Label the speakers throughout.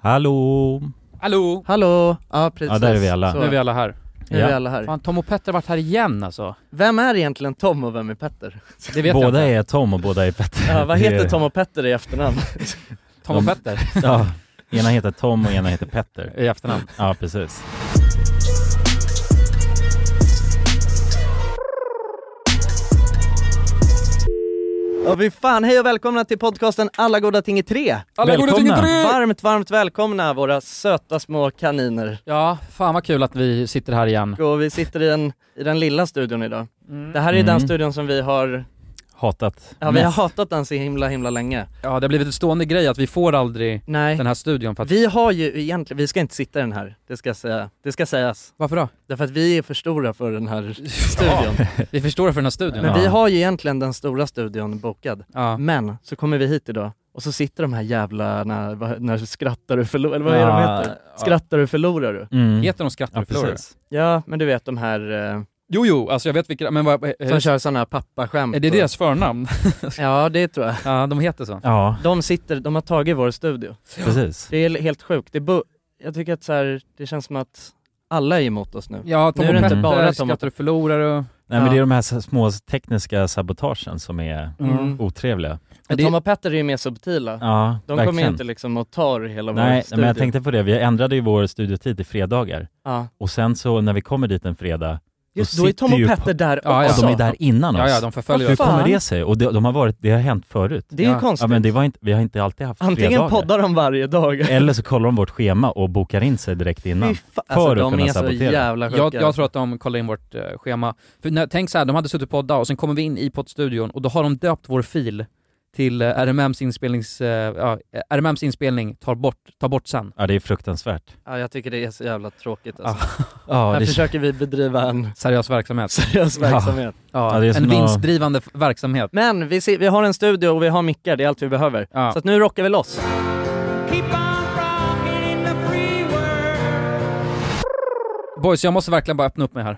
Speaker 1: Hallå!
Speaker 2: Hallå!
Speaker 3: Hallå! Ja precis.
Speaker 1: Ja, där är vi alla.
Speaker 3: Så,
Speaker 2: Nu är vi alla här.
Speaker 3: nu är vi
Speaker 1: Ja.
Speaker 3: alla här.
Speaker 2: Fan, Tom och Petter har varit här igen alltså.
Speaker 3: Vem är egentligen Tom och vem är Petter?
Speaker 2: Det vet jag
Speaker 1: båda
Speaker 2: inte.
Speaker 1: är Tom och båda är Petter.
Speaker 3: Ja, vad
Speaker 1: Det är-
Speaker 3: heter Tom och Petter i efternamn?
Speaker 2: Tom och Petter
Speaker 1: Ja, ena heter Tom och ena heter Petter.
Speaker 2: i efternamn.
Speaker 1: Ja, precis.
Speaker 3: Och vi fan, hej och välkomna till podcasten Alla goda ting i tre!
Speaker 2: Alla goda ting är
Speaker 1: Välkomna.
Speaker 2: tre!
Speaker 3: Varmt, varmt välkomna våra söta små kaniner.
Speaker 2: Ja, fan vad kul att vi sitter här igen.
Speaker 3: Och vi sitter i den, i den lilla studion idag. Det här är
Speaker 1: Mm.
Speaker 3: den studion som vi har,
Speaker 1: Hatat.
Speaker 3: ja vi har
Speaker 1: mest.
Speaker 3: hatat den så himla himla länge.
Speaker 2: Ja, det har blivit en stående grej att vi får aldrig
Speaker 3: Nej,
Speaker 2: den här studion för att...
Speaker 3: vi har ju egentligen, vi ska inte sitta i den här, det ska, säga, det ska sägas.
Speaker 2: Varför då?
Speaker 3: Därför att vi är för stora för den här studion.
Speaker 2: Vi förstår för den här studion.
Speaker 3: Men
Speaker 2: Ja.
Speaker 3: vi har ju egentligen den stora studion bokad.
Speaker 2: Ja.
Speaker 3: Men så kommer vi hit idag och så sitter de här jävlarna, vad- när skrattar du förlorar, eller vad är
Speaker 1: Ja,
Speaker 3: de heter? Skrattar du förlorar du?
Speaker 1: Mm.
Speaker 2: Heter de skrattar
Speaker 1: Ja,
Speaker 2: och förlorar?
Speaker 1: precis.
Speaker 3: Ja, men du vet de här eh,
Speaker 2: Jo, jo, alltså jag vet vilka, men vad... eh,
Speaker 3: som kör sådana här pappaskämt.
Speaker 2: Är det
Speaker 3: och-
Speaker 2: deras förnamn?
Speaker 3: Ja, det tror jag.
Speaker 2: Ja, de heter så.
Speaker 1: Ja,
Speaker 3: De sitter, de har tagit vår studio.
Speaker 1: precis.
Speaker 3: Det är helt sjukt. Det är bu- jag tycker att så här, det känns som att alla är emot oss nu.
Speaker 2: Ja, Tom
Speaker 3: Nu
Speaker 2: och
Speaker 3: är det inte
Speaker 2: Petter,
Speaker 3: bara Tom och
Speaker 2: skrattar och förlorar och...
Speaker 1: Nej, men
Speaker 3: Ja.
Speaker 1: det är de här s- små tekniska sabotagen som är
Speaker 3: Mm.
Speaker 1: otrevliga.
Speaker 3: Men
Speaker 2: det-
Speaker 3: Tom och Petter är ju mer subtila.
Speaker 1: Ja,
Speaker 3: De kommer ju
Speaker 1: verkligen.
Speaker 3: inte liksom och tar hela vår
Speaker 1: Nej,
Speaker 3: studio.
Speaker 1: men jag tänkte på det. Vi ändrade ju vår studiotid till fredagar.
Speaker 3: ja.
Speaker 1: Och sen så när vi kommer dit en fredag,
Speaker 3: Just
Speaker 1: Då
Speaker 3: då, är Tom
Speaker 1: sitter ju
Speaker 3: och Petter där
Speaker 2: Ja, ja.
Speaker 1: och
Speaker 3: också.
Speaker 1: de är där innan oss.
Speaker 2: Ja, ja, de förföljer
Speaker 3: Vad
Speaker 1: Hur
Speaker 2: oss.
Speaker 3: fan?
Speaker 1: kommer det sig? Och det, de har varit, det har hänt förut.
Speaker 3: Det är ju
Speaker 2: Ja.
Speaker 3: konstigt.
Speaker 1: Ja, men det var inte, vi har inte alltid haft
Speaker 3: Antingen
Speaker 1: fredagar.
Speaker 3: poddar de varje dag.
Speaker 1: Eller så kollar de vårt schema och bokar in sig direkt innan.
Speaker 3: Fy fan, alltså,
Speaker 1: att
Speaker 3: de
Speaker 1: kunna
Speaker 3: är så
Speaker 1: sabotera.
Speaker 3: jävla sjuka.
Speaker 2: Jag, jag tror att de kollar in vårt eh, schema. För när, tänk så här, de hade suttit och poddat och sen kommer vi in i poddstudion och då har de döpt vår fil till eh, RMMs, inspelnings, eh, ja, eh, RMMs inspelning tar bort, tar bort sen.
Speaker 1: Ja, det är fruktansvärt.
Speaker 3: ja, jag tycker det är så jävla tråkigt alltså.
Speaker 1: Ja,
Speaker 3: Här
Speaker 1: det,
Speaker 3: försöker vi bedriva en
Speaker 2: Seriös verksamhet.
Speaker 3: seriös verksamhet.
Speaker 2: Ja,
Speaker 1: Ja, det är som
Speaker 2: en
Speaker 1: att-
Speaker 2: vinstdrivande f- verksamhet.
Speaker 3: Men vi, ser, vi har en studio och vi har mickar, det är allt vi behöver.
Speaker 2: Ja.
Speaker 3: Så att nu rockar vi loss.
Speaker 2: Boys, jag måste verkligen bara öppna upp mig här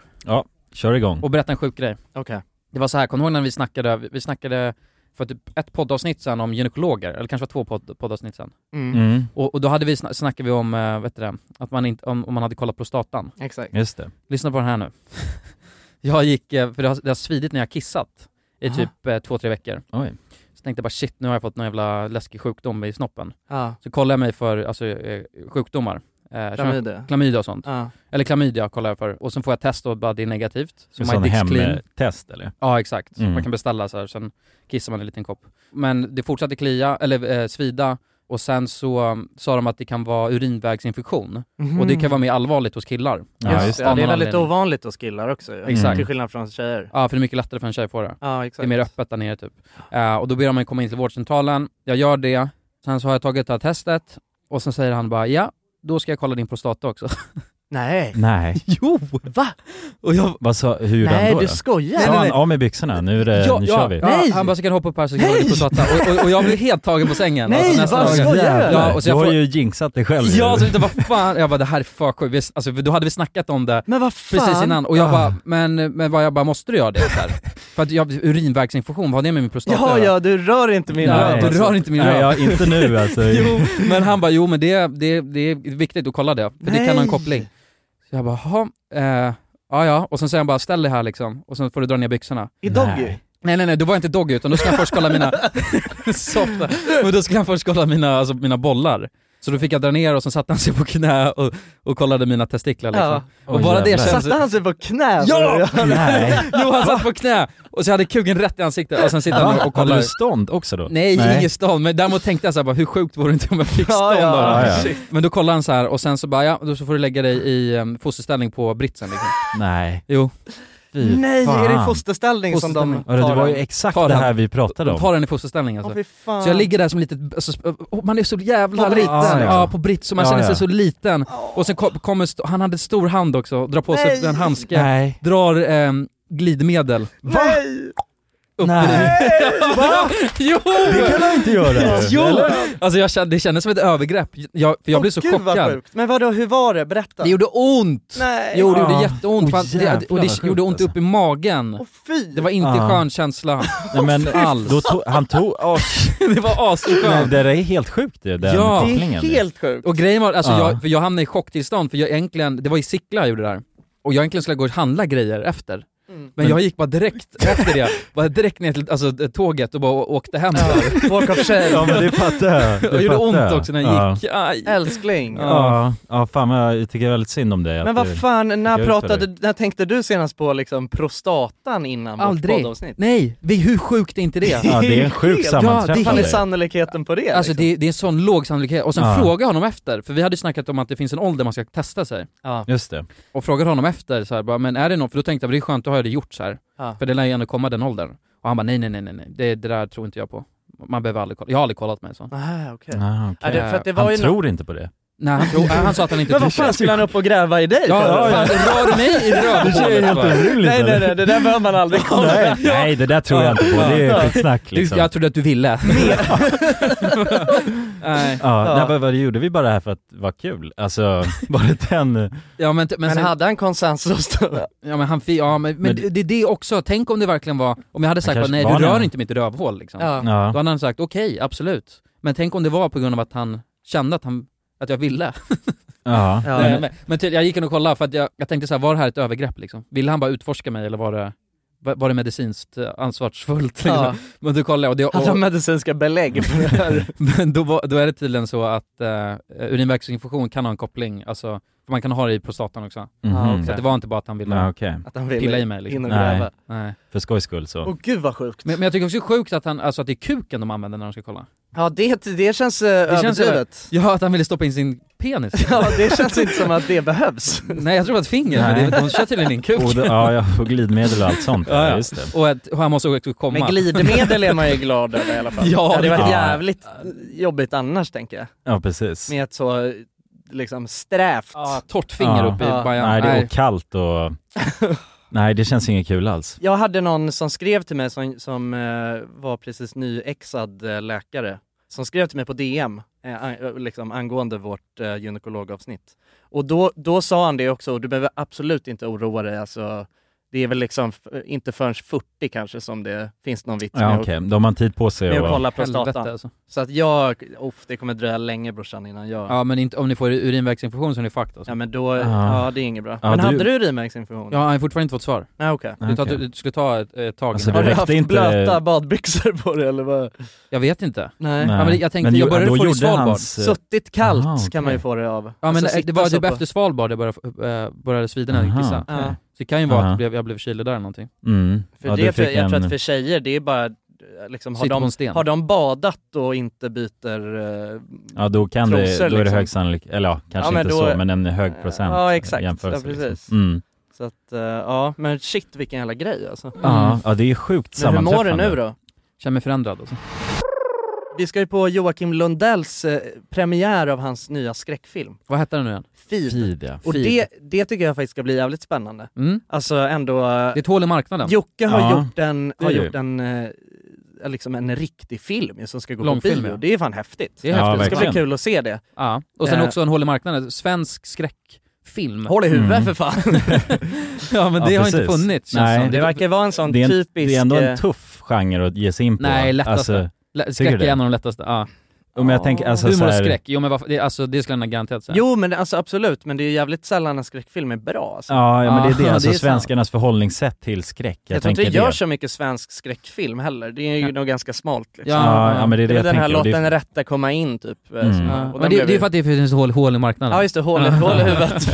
Speaker 1: kör igång.
Speaker 2: och berätta en sjuk grej.
Speaker 3: Okej.
Speaker 2: Det var så här, kommer du ihåg när vi snackade, vi vi snackade för typ ett poddavsnitt sen om gynekologer, eller kanske var två podd, poddavsnitt sen.
Speaker 3: Mm.
Speaker 1: Mm,
Speaker 2: Och, och då hade vi, sna- snackade vi om, eh, vet du det, att man inte, om, om man hade kollat prostatan.
Speaker 3: Exakt.
Speaker 1: just det.
Speaker 2: Lyssna på den här nu. Jag gick, eh, för det har, det har svidit när jag har kissat i
Speaker 3: Aha.
Speaker 2: typ eh, två, tre veckor.
Speaker 1: Oj.
Speaker 2: Så tänkte jag bara shit, nu har jag fått någon jävla läskig sjukdom i snoppen.
Speaker 3: Ja,
Speaker 2: Så kollade jag mig för alltså, eh, sjukdomar. Eh,
Speaker 3: klamydia.
Speaker 2: Klamydia och sånt.
Speaker 3: Ja.
Speaker 2: Eller klamydia kollar jag för. Och sen får jag test och bara det är negativt. Så
Speaker 1: En
Speaker 2: my
Speaker 1: sån
Speaker 2: dick's clean.
Speaker 1: hemtest eller?
Speaker 2: Ja exakt.
Speaker 1: Mm.
Speaker 2: Man kan beställa så här, sen kissar man i en liten kopp. Men det fortsatte klia, eller eh, svida. Och sen så um, sa de att det kan vara urinvägsinfektion. Och det kan vara mer allvarligt hos killar.
Speaker 1: Ja,
Speaker 3: Just,
Speaker 1: just
Speaker 3: det. Mm.
Speaker 1: det.
Speaker 3: Mm. Ja, det
Speaker 2: Av någon
Speaker 3: är väldigt
Speaker 2: anledning.
Speaker 3: ovanligt hos killar också ju.
Speaker 2: Exakt.
Speaker 3: Till skillnad från tjejer.
Speaker 2: Ja, för det är mycket lättare för en tjej att få det.
Speaker 3: Ja, exakt.
Speaker 2: Det är mer öppet där nere typ. Eh, och då ber de mig komma in till vårdcentralen, jag gör det, sen så har jag tagit det här testet och sen säger han bara ja, då ska jag kolla din prostata också.
Speaker 3: Nej.
Speaker 1: Nej.
Speaker 2: jo! Va? Och jag,
Speaker 1: Vad sa, Mm. hur gjorde han
Speaker 3: Nej,
Speaker 1: då?
Speaker 3: du
Speaker 1: då?
Speaker 3: skojar.
Speaker 1: Sa
Speaker 2: Nej,
Speaker 1: han
Speaker 2: nej,
Speaker 1: av med byxorna, nu, är det, Eh, nu kör vi?
Speaker 3: Nej!
Speaker 2: Han bara, så kan du hoppa upp här så kan jag kolla din prostata. Och, och, och jag blev helt tagen på sängen. Alltså,
Speaker 3: Nej,
Speaker 2: nästa
Speaker 3: vad
Speaker 2: dag.
Speaker 3: skojar du?
Speaker 2: Ja, och så
Speaker 1: du
Speaker 2: jag
Speaker 1: har
Speaker 2: får,
Speaker 1: ju jinxat dig själv
Speaker 2: Ja,
Speaker 1: ju.
Speaker 2: så inte, vad fan. Jag bara, det här är för sjukt. Vi- Alltså, för då hade vi snackat om det
Speaker 3: Men vad fan. Ah.
Speaker 2: precis innan och jag bara, men, men vad, jag bara, måste du göra det? Så här? För att jag, urinvägsinfektion, vad har det med min prostata att
Speaker 3: Ja,
Speaker 2: göra?
Speaker 3: ja, du rör inte min
Speaker 2: Nej,
Speaker 3: röv.
Speaker 2: du
Speaker 3: alltså.
Speaker 2: rör inte min
Speaker 1: Nej,
Speaker 2: röv.
Speaker 1: ja, inte nu alltså.
Speaker 2: Jo, men han bara, jo men det, det, det är viktigt att kolla det, för det kan ha en
Speaker 3: Nej.
Speaker 2: koppling. Så jag bara, jaha, eh, ja ja, och sen säger han bara, ställ dig här liksom, och sen får du dra ner byxorna.
Speaker 3: I doggy.
Speaker 1: Nej.
Speaker 2: Nej nej nej, då var jag inte doggy utan då ska han först kolla mina, softa, men då ska han först kolla mina, alltså, mina bollar. Så då fick jag dra ner och sen satte han sig på knä och, och kollade mina testiklar liksom.
Speaker 3: Ja.
Speaker 2: Och bara det
Speaker 1: jävlar.
Speaker 2: känns-
Speaker 3: Satte han sig på knä?
Speaker 2: Ja!
Speaker 1: Nej.
Speaker 2: Jo han satt på knä och så hade kuken rätt i ansiktet och sen sitter han och, och
Speaker 1: Hade
Speaker 2: kollar.
Speaker 1: du stånd också då?
Speaker 2: Nej, ingen stånd, men däremot tänkte jag så här, bara, hur sjukt vore det inte om jag fick stånd
Speaker 3: Ja,
Speaker 2: av det
Speaker 1: Ah,
Speaker 2: här?
Speaker 3: ja.
Speaker 1: Ja, ja.
Speaker 3: Shit.
Speaker 2: Men då kollar han så här och sen så bara, ja, då så får du lägga dig i um, fosterställning på britsen liksom.
Speaker 1: Nej.
Speaker 2: Jo,
Speaker 1: Fy
Speaker 3: Nej,
Speaker 1: fan.
Speaker 3: är det i fosterställning som de
Speaker 2: Fosterställning.
Speaker 1: Ja, det var ju
Speaker 3: den?
Speaker 1: exakt
Speaker 2: Ta
Speaker 1: det
Speaker 2: den.
Speaker 1: här vi pratade om.
Speaker 2: ta den i fosterställning
Speaker 3: Åh,
Speaker 2: alltså.
Speaker 3: fy fan.
Speaker 2: Så jag ligger där som litet, alltså, sp- oh, man är så jävla
Speaker 3: På
Speaker 2: liten.
Speaker 1: britsen.
Speaker 2: Ja, ja, på brits, så man
Speaker 1: Ja,
Speaker 2: känner sig
Speaker 1: ja.
Speaker 2: så liten. Och sen kom, kommer, st- han hade stor hand också, drar på sig
Speaker 3: Nej.
Speaker 2: en handske,
Speaker 1: Nej.
Speaker 2: drar ehm, glidmedel.
Speaker 3: Nej!
Speaker 2: upp
Speaker 1: Nej.
Speaker 2: i... Va? jo!
Speaker 1: Det kan han inte göra!
Speaker 2: Jo! Alltså jag kände, det kändes som ett övergrepp, jag, för jag blev så
Speaker 3: Åh, gud, vad
Speaker 2: chockad.
Speaker 3: sjukt. Men vadå, hur var det? Berätta.
Speaker 2: Det gjorde ont!
Speaker 3: Nej.
Speaker 2: Jo det gjorde
Speaker 1: Ja.
Speaker 2: jätteont,
Speaker 1: Oj,
Speaker 2: fan, det,
Speaker 1: jävlar,
Speaker 2: och
Speaker 1: vad
Speaker 2: det
Speaker 1: sjukt
Speaker 2: gjorde ont
Speaker 1: alltså.
Speaker 2: upp i magen.
Speaker 3: Åh fy!
Speaker 2: Det var inte
Speaker 1: Ja.
Speaker 2: skön känsla
Speaker 1: Nej, men
Speaker 2: alls.
Speaker 1: då tog, han tog, åh,
Speaker 2: det var
Speaker 1: nej,
Speaker 2: asskönt.
Speaker 1: det där är helt sjukt det, den
Speaker 2: Ja.
Speaker 3: det är
Speaker 1: kopplingen.
Speaker 3: helt sjukt.
Speaker 2: Och grejen var, alltså
Speaker 1: Ja.
Speaker 2: jag, för jag hamnade i chocktillstånd för jag egentligen, det var i Sickla jag gjorde det där. Och jag egentligen skulle gå och handla grejer efter.
Speaker 3: Mm.
Speaker 2: Men, jag gick bara direkt efter det, bara direkt ner till alltså, tåget och bara å- åkte hem där.
Speaker 4: Walk of shame.
Speaker 1: Ja men det fattar jag. Ah.
Speaker 2: Det gjorde ont också när jag
Speaker 1: ja.
Speaker 2: gick. Aj.
Speaker 3: Älskling.
Speaker 1: Ja. ja, fan men jag tycker väldigt synd om dig.
Speaker 3: Men
Speaker 1: att
Speaker 3: vad
Speaker 1: du-
Speaker 3: fan, när,
Speaker 1: jag ut för
Speaker 3: pratade, när tänkte du senast på liksom prostatan innan
Speaker 2: Aldrig.
Speaker 3: vårt poddavsnitt?
Speaker 2: Nej, vi, hur sjukt är inte det?
Speaker 1: Ja det är en sjuk
Speaker 3: Helt-
Speaker 2: Ja,
Speaker 3: Vad är
Speaker 1: sammanträffande.
Speaker 3: sannolikheten på det?
Speaker 2: Alltså
Speaker 3: liksom?
Speaker 2: det, det är en sån låg sannolikhet. Och sen
Speaker 1: Ja.
Speaker 2: fråga honom efter, för vi hade ju snackat om att det finns en ålder man ska testa sig.
Speaker 1: Just det.
Speaker 2: Och frågade honom efter, så här, bara, men är det något? För då tänkte jag, det är skönt, då har jag det gjort så här.
Speaker 3: Ja.
Speaker 2: För det lär ju ändå komma den åldern. Och han bara, nej nej nej nej, nej. Det, det där tror inte jag på. Man behöver aldrig kolla. Jag har aldrig kollat mig så.
Speaker 3: Ah, okej.
Speaker 1: Ah,
Speaker 3: Ja,
Speaker 1: okej.
Speaker 3: det, för att det var
Speaker 1: Han
Speaker 3: ju nå-
Speaker 1: tror inte på det.
Speaker 2: Nej, han, tror- han sa att han inte
Speaker 3: Men
Speaker 2: tror
Speaker 3: vad
Speaker 2: sig.
Speaker 3: fan skulle han upp och gräva i dig
Speaker 2: Ja,
Speaker 3: för?
Speaker 2: ja, fan, rör mig i rövhålet bara.
Speaker 1: orimligt
Speaker 3: Nej nej nej, det där behöver man aldrig kolla.
Speaker 1: Nej. Nej det där tror jag inte på, det är skitsnack
Speaker 2: Du,
Speaker 1: liksom.
Speaker 2: jag trodde att du ville. Nej.
Speaker 1: Ja,
Speaker 3: Ja.
Speaker 1: Nej, vad, vad gjorde vi bara det här för att vara kul? Alltså, var det den... Men,
Speaker 2: Ja men, t- men,
Speaker 3: Men
Speaker 2: sen,
Speaker 3: hade han konsensus då?
Speaker 2: ja, men han fi- ja men, men,
Speaker 1: Men
Speaker 2: det, det är det också, tänk om det verkligen var, om jag hade sagt bara,
Speaker 1: kanske
Speaker 2: nej
Speaker 1: var
Speaker 2: du
Speaker 1: det.
Speaker 2: rör inte mitt rövhål liksom. Då
Speaker 1: ja.
Speaker 2: hade han sagt okej, absolut. Men tänk om det var på grund av att han kände att han att jag ville.
Speaker 1: ja.
Speaker 3: Ja.
Speaker 2: Nej, men men till, jag gick in och kollade för att jag, jag tänkte så här, var det här ett övergrepp liksom? Ville han bara utforska mig eller var det, var, var det medicinskt eh, ansvarsfullt? Liksom?
Speaker 3: Ja.
Speaker 2: Men då kollade jag och, det, och
Speaker 1: Alltså,
Speaker 3: Hade han medicinska belägg för det här?
Speaker 2: Men då, var- då är det tydligen så att eh, urinvägsinfektion kan ha en koppling, alltså, för man kan ha det i prostatan också.
Speaker 1: Mhm.
Speaker 3: Ja, okej.
Speaker 2: Så att det var inte bara att han ville
Speaker 1: Ja, okej.
Speaker 3: Att han ville
Speaker 2: pilla i mig liksom.
Speaker 3: in och
Speaker 1: Nej.
Speaker 3: gräva?
Speaker 2: Nej.
Speaker 1: För skojs skull så.
Speaker 3: Åh gud vad sjukt.
Speaker 2: Men, men jag tycker också det är sjukt att, han, alltså, att det är kuken de använder när de ska kolla.
Speaker 3: Ja det, det känns eh,
Speaker 2: Det känns
Speaker 3: överdrivet.
Speaker 2: Ja, att han ville stoppa in sin penis.
Speaker 3: Ja det känns inte som att det behövs.
Speaker 2: Nej jag tror det var ett finger, men det, de kör tydligen in kuk.
Speaker 1: Och, det- ja, ja, och glidmedel och allt sånt.
Speaker 2: Ja,
Speaker 1: Ja,
Speaker 2: ja.
Speaker 1: just det.
Speaker 2: Och, att, och han måste också komma.
Speaker 3: Men glidmedel är man ju glad över i alla fall.
Speaker 2: Ja,
Speaker 3: det hade varit
Speaker 1: ja.
Speaker 3: jävligt jobbigt annars tänker jag.
Speaker 1: Ja, precis.
Speaker 3: Med ett så liksom strävt.
Speaker 2: Ja, torrt finger
Speaker 1: Ja.
Speaker 2: upp i
Speaker 3: Ja.
Speaker 2: bajan.
Speaker 1: Nej, det är och kallt och... Nej, det känns inget kul alls.
Speaker 3: Jag hade någon som skrev till mig som, som eh, var precis nyexad eh, läkare. Som skrev till mig på DM eh, an, eh, liksom, angående vårt eh, gynekologavsnitt. Och då, då sa han det också, och du behöver absolut inte oroa dig. Alltså, det är väl liksom f- inte förrän 40 kanske som det finns någon vits
Speaker 1: Ja,
Speaker 3: med,
Speaker 1: okej. De har tid på
Speaker 3: att,
Speaker 1: sig
Speaker 3: med att
Speaker 1: och...
Speaker 3: kolla
Speaker 2: Helvete
Speaker 3: prostatan.
Speaker 2: alltså.
Speaker 3: Så att jag, uff, det kommer dröja länge brorsan innan jag... Ja,
Speaker 2: Ja men inte, om ni får urinvägsinfektion så är ni fucked alltså.
Speaker 3: men då,
Speaker 1: Ja.
Speaker 3: ja det är inget bra.
Speaker 1: Ja,
Speaker 3: men
Speaker 1: du-
Speaker 3: hade du urinvägsinfektion?
Speaker 2: Ja, han har fortfarande inte fått svar.
Speaker 3: Nej okej.
Speaker 2: Du, tar,
Speaker 1: Okej.
Speaker 2: du, du skulle ta ett, ett tag
Speaker 1: Alltså,
Speaker 2: innan.
Speaker 3: Har du
Speaker 1: räckte
Speaker 3: haft
Speaker 1: inte-
Speaker 3: blöta badbyxor på dig eller vad?
Speaker 2: Jag vet inte.
Speaker 3: Nej.
Speaker 2: Ja, men jag tänkte- jag
Speaker 1: ju-
Speaker 2: började
Speaker 1: då
Speaker 2: få det
Speaker 1: gjorde
Speaker 2: svalbard.
Speaker 1: hans-
Speaker 3: Suttigt kallt
Speaker 1: eh, Aha,
Speaker 3: kan man ju
Speaker 1: okej.
Speaker 3: få det av.
Speaker 2: Ja men
Speaker 3: Alltså,
Speaker 2: det
Speaker 3: sitta
Speaker 2: var
Speaker 3: så
Speaker 2: typ
Speaker 3: på-
Speaker 2: efter Svalbard jag började, äh, började svida när jag gick
Speaker 1: Aha.
Speaker 2: kissa.
Speaker 3: Ja.
Speaker 2: Så det kan ju vara att
Speaker 1: Aha.
Speaker 2: jag blev, jag blev kylig där eller någonting.
Speaker 1: Mm.
Speaker 3: För
Speaker 1: Ja,
Speaker 3: det
Speaker 1: du
Speaker 3: tror
Speaker 1: fick
Speaker 3: jag, jag tror
Speaker 1: en-
Speaker 3: att för tjejer, det är bara eh, liksom, har,
Speaker 2: Sitter på
Speaker 3: de,
Speaker 2: en sten.
Speaker 3: har de badat och inte byter... eh,
Speaker 1: Ja då kan
Speaker 3: Trosor,
Speaker 1: det, då är det
Speaker 3: liksom.
Speaker 1: hög sannolikhet, eller ja, kanske
Speaker 3: Ja, men
Speaker 1: inte
Speaker 3: då-
Speaker 1: så men en hög procent
Speaker 3: Ja, exakt.
Speaker 1: i jämförelse,
Speaker 3: Ja, precis.
Speaker 1: Liksom. Mm.
Speaker 3: Så att, eh, ja, men shit vilken jävla grej alltså.
Speaker 1: Ja, ja det är sjukt
Speaker 3: Men hur mår
Speaker 1: sammanträffande.
Speaker 3: du nu då?
Speaker 2: Känner mig förändrad alltså.
Speaker 3: Vi ska ju på Joakim Lundells eh, premiär av hans nya skräckfilm,
Speaker 2: Vad hette den nu igen?
Speaker 3: Feed.
Speaker 1: Tid ja.
Speaker 3: Och
Speaker 2: Feed.
Speaker 3: det, det tycker jag faktiskt ska bli jävligt spännande.
Speaker 2: Mm.
Speaker 3: Alltså ändå, eh,
Speaker 2: Det är ett hål i marknaden.
Speaker 3: Jocke har
Speaker 1: Ja,
Speaker 3: gjort en,
Speaker 1: det
Speaker 3: har
Speaker 1: är det.
Speaker 3: gjort en, eh, liksom en riktig film ju som ska gå
Speaker 2: Långfilm,
Speaker 3: på bio.
Speaker 2: ja.
Speaker 3: Det är fan häftigt.
Speaker 2: Det är
Speaker 1: Ja,
Speaker 3: det
Speaker 2: häftigt.
Speaker 3: ska
Speaker 2: som
Speaker 3: bli
Speaker 1: verkligen.
Speaker 2: fan.
Speaker 3: kul att se det.
Speaker 2: Ja. Och sen
Speaker 3: Eh.
Speaker 2: också en hål i marknaden, svensk skräckfilm.
Speaker 3: Håll i huvudet
Speaker 1: Mm.
Speaker 3: för fan.
Speaker 2: Ja men
Speaker 1: Ja,
Speaker 2: det har
Speaker 1: precis.
Speaker 2: inte funnits känns
Speaker 1: Nej.
Speaker 2: som.
Speaker 3: Det verkar vara en sån
Speaker 1: Det är, en,
Speaker 3: typisk...
Speaker 1: det är ändå
Speaker 3: eh,
Speaker 1: en tuff genre att ge sig in på.
Speaker 2: Nej, lättaste.
Speaker 1: Alltså,
Speaker 2: Lä-
Speaker 1: Tycker
Speaker 2: Skräck
Speaker 1: du
Speaker 2: är
Speaker 1: det?
Speaker 2: en av de lättaste. Ja.
Speaker 1: om jag tänker, alltså,
Speaker 2: Humor och
Speaker 1: så här-
Speaker 2: skräck, jo men varför, det, alltså, det skulle jag nog garanterat säga.
Speaker 3: Jo men alltså absolut, men det är ju jävligt sällan en skräckfilm är bra alltså.
Speaker 1: Ja, ja men det är
Speaker 2: Ja,
Speaker 1: det, alltså
Speaker 2: det är sant.
Speaker 1: svenskarnas förhållningssätt till skräck. Jag,
Speaker 3: jag tror inte det
Speaker 1: tänker
Speaker 3: görs så mycket svensk skräckfilm heller, det är ju
Speaker 2: Ja.
Speaker 3: nog ganska smalt liksom.
Speaker 2: Ja,
Speaker 1: Ja, ja, men det är det,
Speaker 3: det är
Speaker 1: jag
Speaker 3: väl den här
Speaker 1: tänker. och
Speaker 3: låt
Speaker 1: det är-
Speaker 3: den rätta komma in typ. eh,
Speaker 1: Mm.
Speaker 3: som-
Speaker 2: Ja. Men
Speaker 3: och den
Speaker 2: det,
Speaker 3: blev
Speaker 2: det är
Speaker 3: ju-
Speaker 2: för att det finns hål, hål i marknaden.
Speaker 3: Ja just det, hål, i-
Speaker 2: Ja.
Speaker 3: hål i huvudet.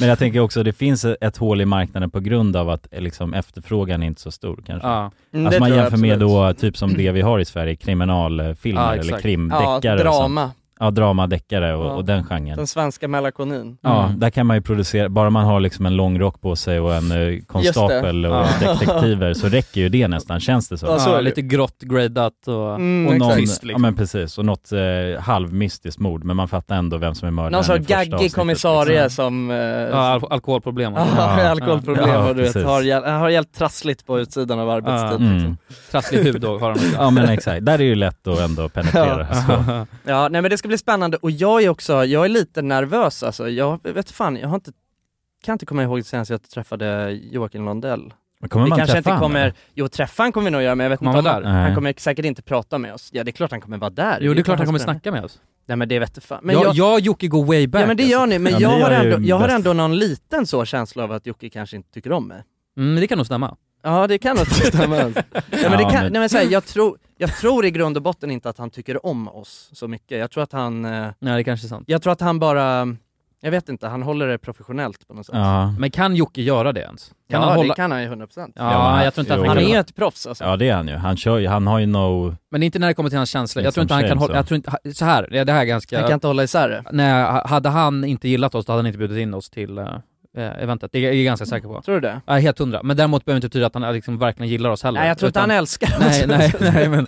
Speaker 1: Men jag tänker också, det finns ett hål i marknaden på grund av att eh, liksom, efterfrågan är inte så stor kanske.
Speaker 2: Ja.
Speaker 3: Mm,
Speaker 1: Alltså
Speaker 3: det
Speaker 1: man
Speaker 3: tror jag
Speaker 1: jämför med
Speaker 3: absolut.
Speaker 1: då, typ som det vi har i Sverige, kriminalfilmer
Speaker 2: Ja,
Speaker 1: eller
Speaker 2: exakt.
Speaker 1: krimdeckare
Speaker 3: Ja,
Speaker 1: och sånt.
Speaker 3: drama.
Speaker 1: ja, dramadeckare och,
Speaker 3: Ja.
Speaker 1: och den genren.
Speaker 3: Den svenska melankolin.
Speaker 1: Ja,
Speaker 2: Mm.
Speaker 1: där kan man ju producera, bara man har liksom en lång rock på sig och en eh, konstapel och
Speaker 3: Ja.
Speaker 1: detektiver så räcker ju det nästan, känns det som.
Speaker 3: Ja, så är
Speaker 2: ja,
Speaker 3: det.
Speaker 2: lite grått gradat och...
Speaker 3: Mm,
Speaker 1: och
Speaker 3: exakt.
Speaker 1: någon,
Speaker 2: Tyst,
Speaker 1: ja
Speaker 2: liksom.
Speaker 1: men precis, och något eh, halvmystiskt mord, men man fattar ändå vem som är mördaren
Speaker 3: Någon
Speaker 1: i
Speaker 3: sån
Speaker 1: första
Speaker 3: gaggig
Speaker 1: avsnittet,
Speaker 3: kommissarie
Speaker 1: liksom.
Speaker 3: som... Eh,
Speaker 2: Ja, al- alkoholproblem. och sånt.
Speaker 3: ja,
Speaker 1: Ja.
Speaker 3: alkoholproblem
Speaker 1: Ja,
Speaker 3: och du vet,
Speaker 1: precis.
Speaker 3: har, jäv- har jävligt trassligt på utsidan av arbetstid.
Speaker 1: Mm.
Speaker 3: liksom.
Speaker 2: Trasslig hud då har de.
Speaker 1: Ja men exakt, där är det ju lätt att ändå penetrera. Så.
Speaker 3: Ja, nej men det ska bli spännande och jag är också, jag är lite nervös alltså. Jag vet fan, jag har inte, kan inte komma ihåg senast jag träffade Joakim Lundell.
Speaker 1: Men Kommer
Speaker 3: vi
Speaker 1: man
Speaker 3: kanske
Speaker 1: träffa
Speaker 3: inte
Speaker 1: han,
Speaker 3: kommer,
Speaker 1: eller?
Speaker 3: jo träffa han kommer vi nog göra men jag vet
Speaker 2: Kommer
Speaker 3: inte
Speaker 2: han
Speaker 3: om
Speaker 2: vara
Speaker 3: han,
Speaker 1: där?
Speaker 3: han
Speaker 1: Nej.
Speaker 3: kommer säkert inte prata med oss. Ja det är klart han kommer vara där.
Speaker 2: Jo det är klart han
Speaker 3: hans
Speaker 2: kommer
Speaker 3: problem.
Speaker 2: snacka med oss.
Speaker 3: Nej men det vet du fan. Men
Speaker 2: Men jag,
Speaker 3: jag,
Speaker 2: jag, och Jocke går way back. alltså.
Speaker 3: ja men det gör ni, men
Speaker 1: Ja, men
Speaker 3: jag,
Speaker 1: det
Speaker 3: har
Speaker 1: gör ju
Speaker 3: ändå, jag har
Speaker 1: bäst.
Speaker 3: ändå någon liten så känsla av att Jocke kanske inte tycker om mig.
Speaker 2: alltså. Mm, det kan nog stämma.
Speaker 3: Ja det kan nog stämma. Nej men det
Speaker 1: Ja,
Speaker 3: kan,
Speaker 1: men-
Speaker 3: nej men så här, jag tror, jag tror i grund och botten inte att han tycker om oss så mycket. Jag tror att han eh,
Speaker 2: Nej det kanske är sant.
Speaker 3: Jag tror att han bara, jag vet inte, han håller det professionellt på något sätt.
Speaker 1: Ja.
Speaker 2: Men kan Jocke göra det ens? Kan
Speaker 3: ja,
Speaker 2: han hålla...
Speaker 3: det kan han ju 100%.
Speaker 2: Ja,
Speaker 1: Ja, men-
Speaker 2: jag tror inte att
Speaker 1: jo.
Speaker 2: han, kan
Speaker 3: Han är ju
Speaker 2: göra det.
Speaker 3: ett proffs alltså.
Speaker 1: ja det är han ju, han kör ju, han har ju no...
Speaker 2: Men inte när det kommer till hans känslor. Jag tror
Speaker 1: Liksom
Speaker 2: inte han
Speaker 1: tjej,
Speaker 2: kan hålla...
Speaker 1: så.
Speaker 2: Jag tror inte... Så här, det det här är ganska...
Speaker 3: Han kan inte hålla isär det.
Speaker 2: Nej, ha- hade han inte gillat oss då hade han inte bjudit in oss till eh, eh, eventet. Det är jag ganska säker på.
Speaker 3: Tror du det?
Speaker 2: Jag är helt hundra. Men däremot behöver inte betyda att han liksom verkligen gillar oss heller.
Speaker 3: Nej jag tror inte
Speaker 2: Utan-
Speaker 3: han älskar oss.
Speaker 2: Nej, nej, nej men...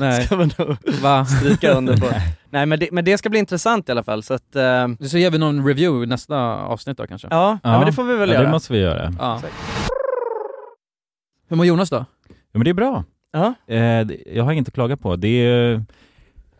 Speaker 2: Nej.
Speaker 3: Ska man nog
Speaker 2: Va?
Speaker 3: stryka under på. nej men det, men det ska bli intressant i alla fall så att, eh, ja,
Speaker 2: Så ger vi någon review i nästa avsnitt då kanske?
Speaker 3: ja. men det får vi väl
Speaker 1: Ja,
Speaker 3: göra.
Speaker 1: det måste vi göra.
Speaker 2: Ja.
Speaker 3: Exakt.
Speaker 2: Hur mår Jonas då?
Speaker 1: Ja, men det är bra.
Speaker 3: Ja.
Speaker 1: Eh, det- jag har inget att klaga på. Det är, eh,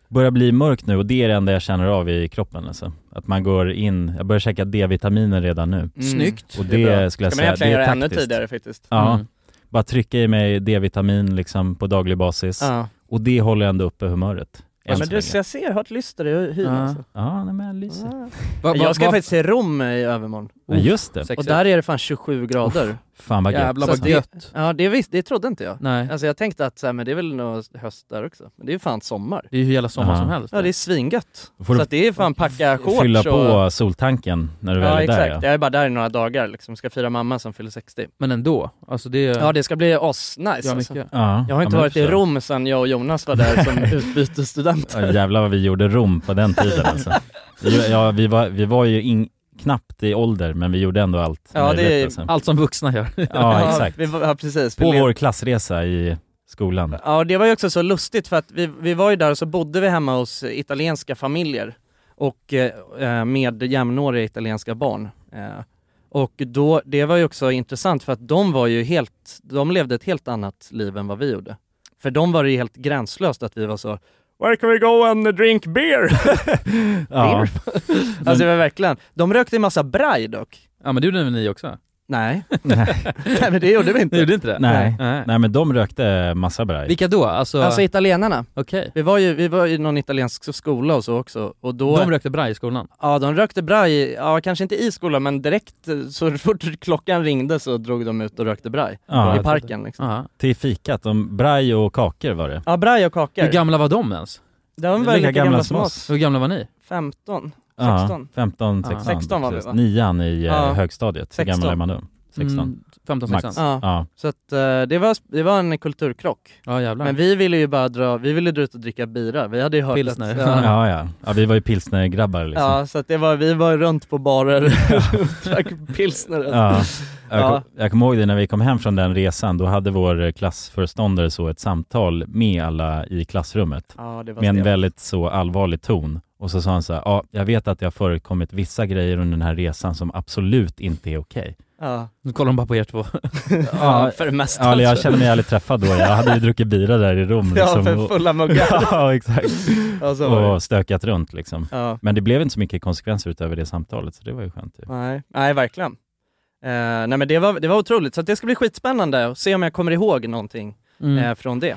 Speaker 1: börjar bli mörkt nu och det är det enda jag känner av i kroppen. Alltså. Att man går in, jag börjar käka D-vitaminer redan nu.
Speaker 3: Mm.
Speaker 2: Snyggt.
Speaker 1: Och det,
Speaker 3: Det är bra.
Speaker 1: skulle jag
Speaker 3: Ska man
Speaker 1: säga,
Speaker 3: egentligen
Speaker 1: det
Speaker 3: göra
Speaker 1: är
Speaker 3: ännu
Speaker 1: taktiskt.
Speaker 3: tidigare faktiskt?
Speaker 1: Ja,
Speaker 2: Mm.
Speaker 1: bara trycka i mig D-vitamin liksom på daglig basis
Speaker 3: Ja.
Speaker 1: och det håller ändå uppe humöret.
Speaker 3: Ja,
Speaker 1: Än
Speaker 3: men
Speaker 1: så
Speaker 3: du,
Speaker 1: länge.
Speaker 3: så jag ser, Mm. jag har ett lyster i hyn
Speaker 2: Ja.
Speaker 3: alltså.
Speaker 1: Ja, nej, men jag lyser.
Speaker 2: Va, va,
Speaker 3: Jag ska
Speaker 2: va-
Speaker 3: faktiskt till Rom i övermorgon.
Speaker 1: Ja, just det.
Speaker 2: Sexigt.
Speaker 3: Och där är det fan 27 grader.
Speaker 1: Fan vad gött.
Speaker 2: Jävlar
Speaker 3: Så
Speaker 2: vad
Speaker 3: det-
Speaker 2: gött.
Speaker 3: Ja det, visst, det trodde inte jag.
Speaker 2: Nej,
Speaker 3: Alltså jag tänkte att så här, men det är väl nog höst där också. Men det är ju fan sommar.
Speaker 2: det är ju hur jävla sommar
Speaker 1: Ja.
Speaker 2: som helst.
Speaker 3: Ja det är svingött.
Speaker 1: Då får
Speaker 3: så
Speaker 1: du
Speaker 3: att det är fan packa shorts
Speaker 1: Fylla
Speaker 3: och...
Speaker 1: på soltanken när du väl
Speaker 3: Ja
Speaker 1: är där.
Speaker 3: exakt,
Speaker 1: Ja.
Speaker 3: jag är bara där i några dagar liksom, ska fira mamma som fyller 60.
Speaker 2: Men ändå, alltså det är...
Speaker 3: Ja det ska bli asnice
Speaker 2: gör
Speaker 3: alltså.
Speaker 2: mycket.
Speaker 1: Ja,
Speaker 3: Jag
Speaker 1: ja,
Speaker 3: har inte
Speaker 1: men
Speaker 3: varit i
Speaker 1: förstår.
Speaker 3: Rom sedan jag och Jonas var där som utbytesstudenter.
Speaker 1: Ja, jävlar vad vi gjorde Rom på den tiden alltså. Vi- Ja, vi, var, vi var ju in, knappt i ålder, men vi gjorde ändå allt
Speaker 3: Ja,
Speaker 1: möjligt,
Speaker 3: det är-
Speaker 1: alltså.
Speaker 2: Allt som vuxna gör.
Speaker 1: Ja, exakt.
Speaker 3: Vi var, ja precis. Vi
Speaker 1: På
Speaker 3: led-
Speaker 1: vår klassresa i skolan.
Speaker 3: Ja och det var ju också så lustigt för att vi, vi var ju där och så bodde vi hemma hos italienska familjer och eh, med jämnåriga italienska barn. Eh, och då, det var ju också intressant för att de var ju helt, de levde ett helt annat liv än vad vi gjorde. För de var det ju helt gränslöst att vi var så Where can we go and drink beer?
Speaker 1: Ja,
Speaker 3: alltså det var verkligen, de rökte en massa braj dock.
Speaker 2: Ja men det gjorde väl ni också?
Speaker 3: Nej,
Speaker 1: nej,
Speaker 3: nej men det gjorde vi
Speaker 2: Ni
Speaker 3: inte.
Speaker 2: gjorde inte det?
Speaker 1: nej.
Speaker 2: Nej.
Speaker 1: nej, men de rökte massa braj.
Speaker 2: Vilka då? Alltså,
Speaker 3: Alltså italienarna,
Speaker 2: okej.
Speaker 3: vi var ju, vi var ju i någon italiensk skola och så också och då
Speaker 2: De rökte braj i skolan?
Speaker 3: Ja, de rökte braj, ja kanske inte i skolan men direkt eh, så fort klockan ringde så drog de ut och rökte braj
Speaker 1: Ja,
Speaker 3: i parken liksom.
Speaker 2: Aha.
Speaker 1: till fikat. De, braj och kakor var det.
Speaker 3: Ja, braj och kakor.
Speaker 2: Hur gamla var de ens?
Speaker 3: de var
Speaker 1: Lika
Speaker 3: lika gamla
Speaker 1: gamla
Speaker 3: som
Speaker 1: som
Speaker 3: oss.
Speaker 2: Hur gamla var ni?
Speaker 3: 15,
Speaker 1: Ja,
Speaker 3: 16.
Speaker 1: 15,
Speaker 2: Ja.
Speaker 1: 16.
Speaker 3: 16 var vi,
Speaker 1: precis.
Speaker 3: va?
Speaker 1: Nian i eh,
Speaker 3: Ja.
Speaker 1: högstadiet. Hur
Speaker 3: 16.
Speaker 1: gammal är man då? 16.
Speaker 2: Mm, 15,
Speaker 1: Max.
Speaker 2: 16?
Speaker 3: Ja.
Speaker 1: Ja.
Speaker 3: Så att eh, det var, det var en kulturkrock.
Speaker 2: Ja jävlar.
Speaker 3: Men vi ville ju bara dra, vi ville dra ut och dricka bira. Vi hade ju hört
Speaker 2: Pilsner.
Speaker 3: Att,
Speaker 1: Ja.
Speaker 3: ja,
Speaker 1: Ja, ja. vi var ju pilsnergrabbar liksom.
Speaker 3: ja, så att det var, vi var runt på barer och drack pilsner.
Speaker 1: Ja. Jag,
Speaker 3: Ja.
Speaker 1: Kom, jag kommer ihåg det när vi kom hem från den resan, då hade vår eh, klassföreståndare så ett samtal med alla i klassrummet
Speaker 3: Ja, det var
Speaker 1: med en
Speaker 3: stelt.
Speaker 1: väldigt så allvarlig ton. Och så sa han så här, ja, jag vet att det har förekommit vissa grejer under den här resan som absolut inte är okej.
Speaker 3: ja.
Speaker 2: Nu kollar de bara på er två.
Speaker 3: ja, för det mesta.
Speaker 1: Ja, eller jag
Speaker 3: alltså.
Speaker 1: känner mig aldrig träffad då. Jag hade ju druckit bira där i Rom
Speaker 3: Ja,
Speaker 1: liksom.
Speaker 3: för
Speaker 1: och,
Speaker 3: fulla muggar.
Speaker 1: ja, exakt.
Speaker 3: Ja, så var det.
Speaker 1: Och stökat runt liksom.
Speaker 3: Ja.
Speaker 1: Men det blev inte så mycket konsekvenser utöver det samtalet, så det var ju skönt. Ju.
Speaker 3: Nej, nej verkligen. Eh, nej men det var, det var otroligt, så att det ska bli skitspännande att se om jag kommer ihåg någonting
Speaker 2: Mm.
Speaker 3: eh, från det.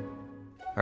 Speaker 5: All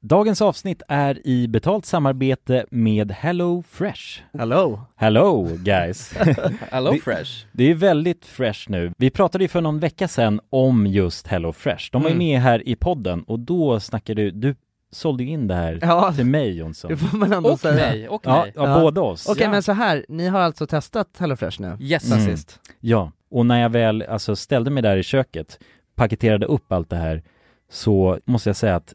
Speaker 1: Dagens avsnitt är i betalt samarbete med Hello Fresh.
Speaker 3: Hello!
Speaker 1: Hello guys!
Speaker 2: Hello Fresh.
Speaker 1: Det är väldigt fresh nu. Vi pratade ju för någon vecka sedan om just Hello Fresh. De var ju
Speaker 3: Mm.
Speaker 1: med här i podden och då snackade du, du sålde ju in det här
Speaker 3: Ja.
Speaker 1: till mig Jonsson.
Speaker 3: Det får man ändå
Speaker 2: Och
Speaker 3: säga.
Speaker 2: mig, och
Speaker 1: Ja,
Speaker 2: mig.
Speaker 1: ja,
Speaker 3: Ja.
Speaker 1: båda oss.
Speaker 3: Okej
Speaker 2: Ja.
Speaker 3: men så här, ni har alltså testat HelloFresh nu?
Speaker 2: Yes. alltså.
Speaker 3: Sen
Speaker 1: Mm.
Speaker 3: sist?
Speaker 1: Ja, och när jag väl alltså, ställde mig där i köket, paketerade upp allt det här, så måste jag säga att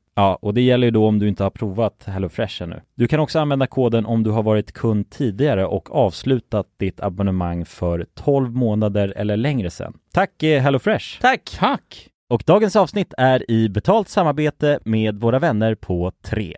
Speaker 1: Ja, och det gäller ju då om du inte har provat HelloFresh ännu. Du kan också använda koden om du har varit kund tidigare och avslutat ditt abonnemang för 12 månader eller längre sedan. Tack eh, HelloFresh!
Speaker 2: Tack! Tack!
Speaker 1: Och dagens avsnitt är i betalt samarbete med våra vänner på 3.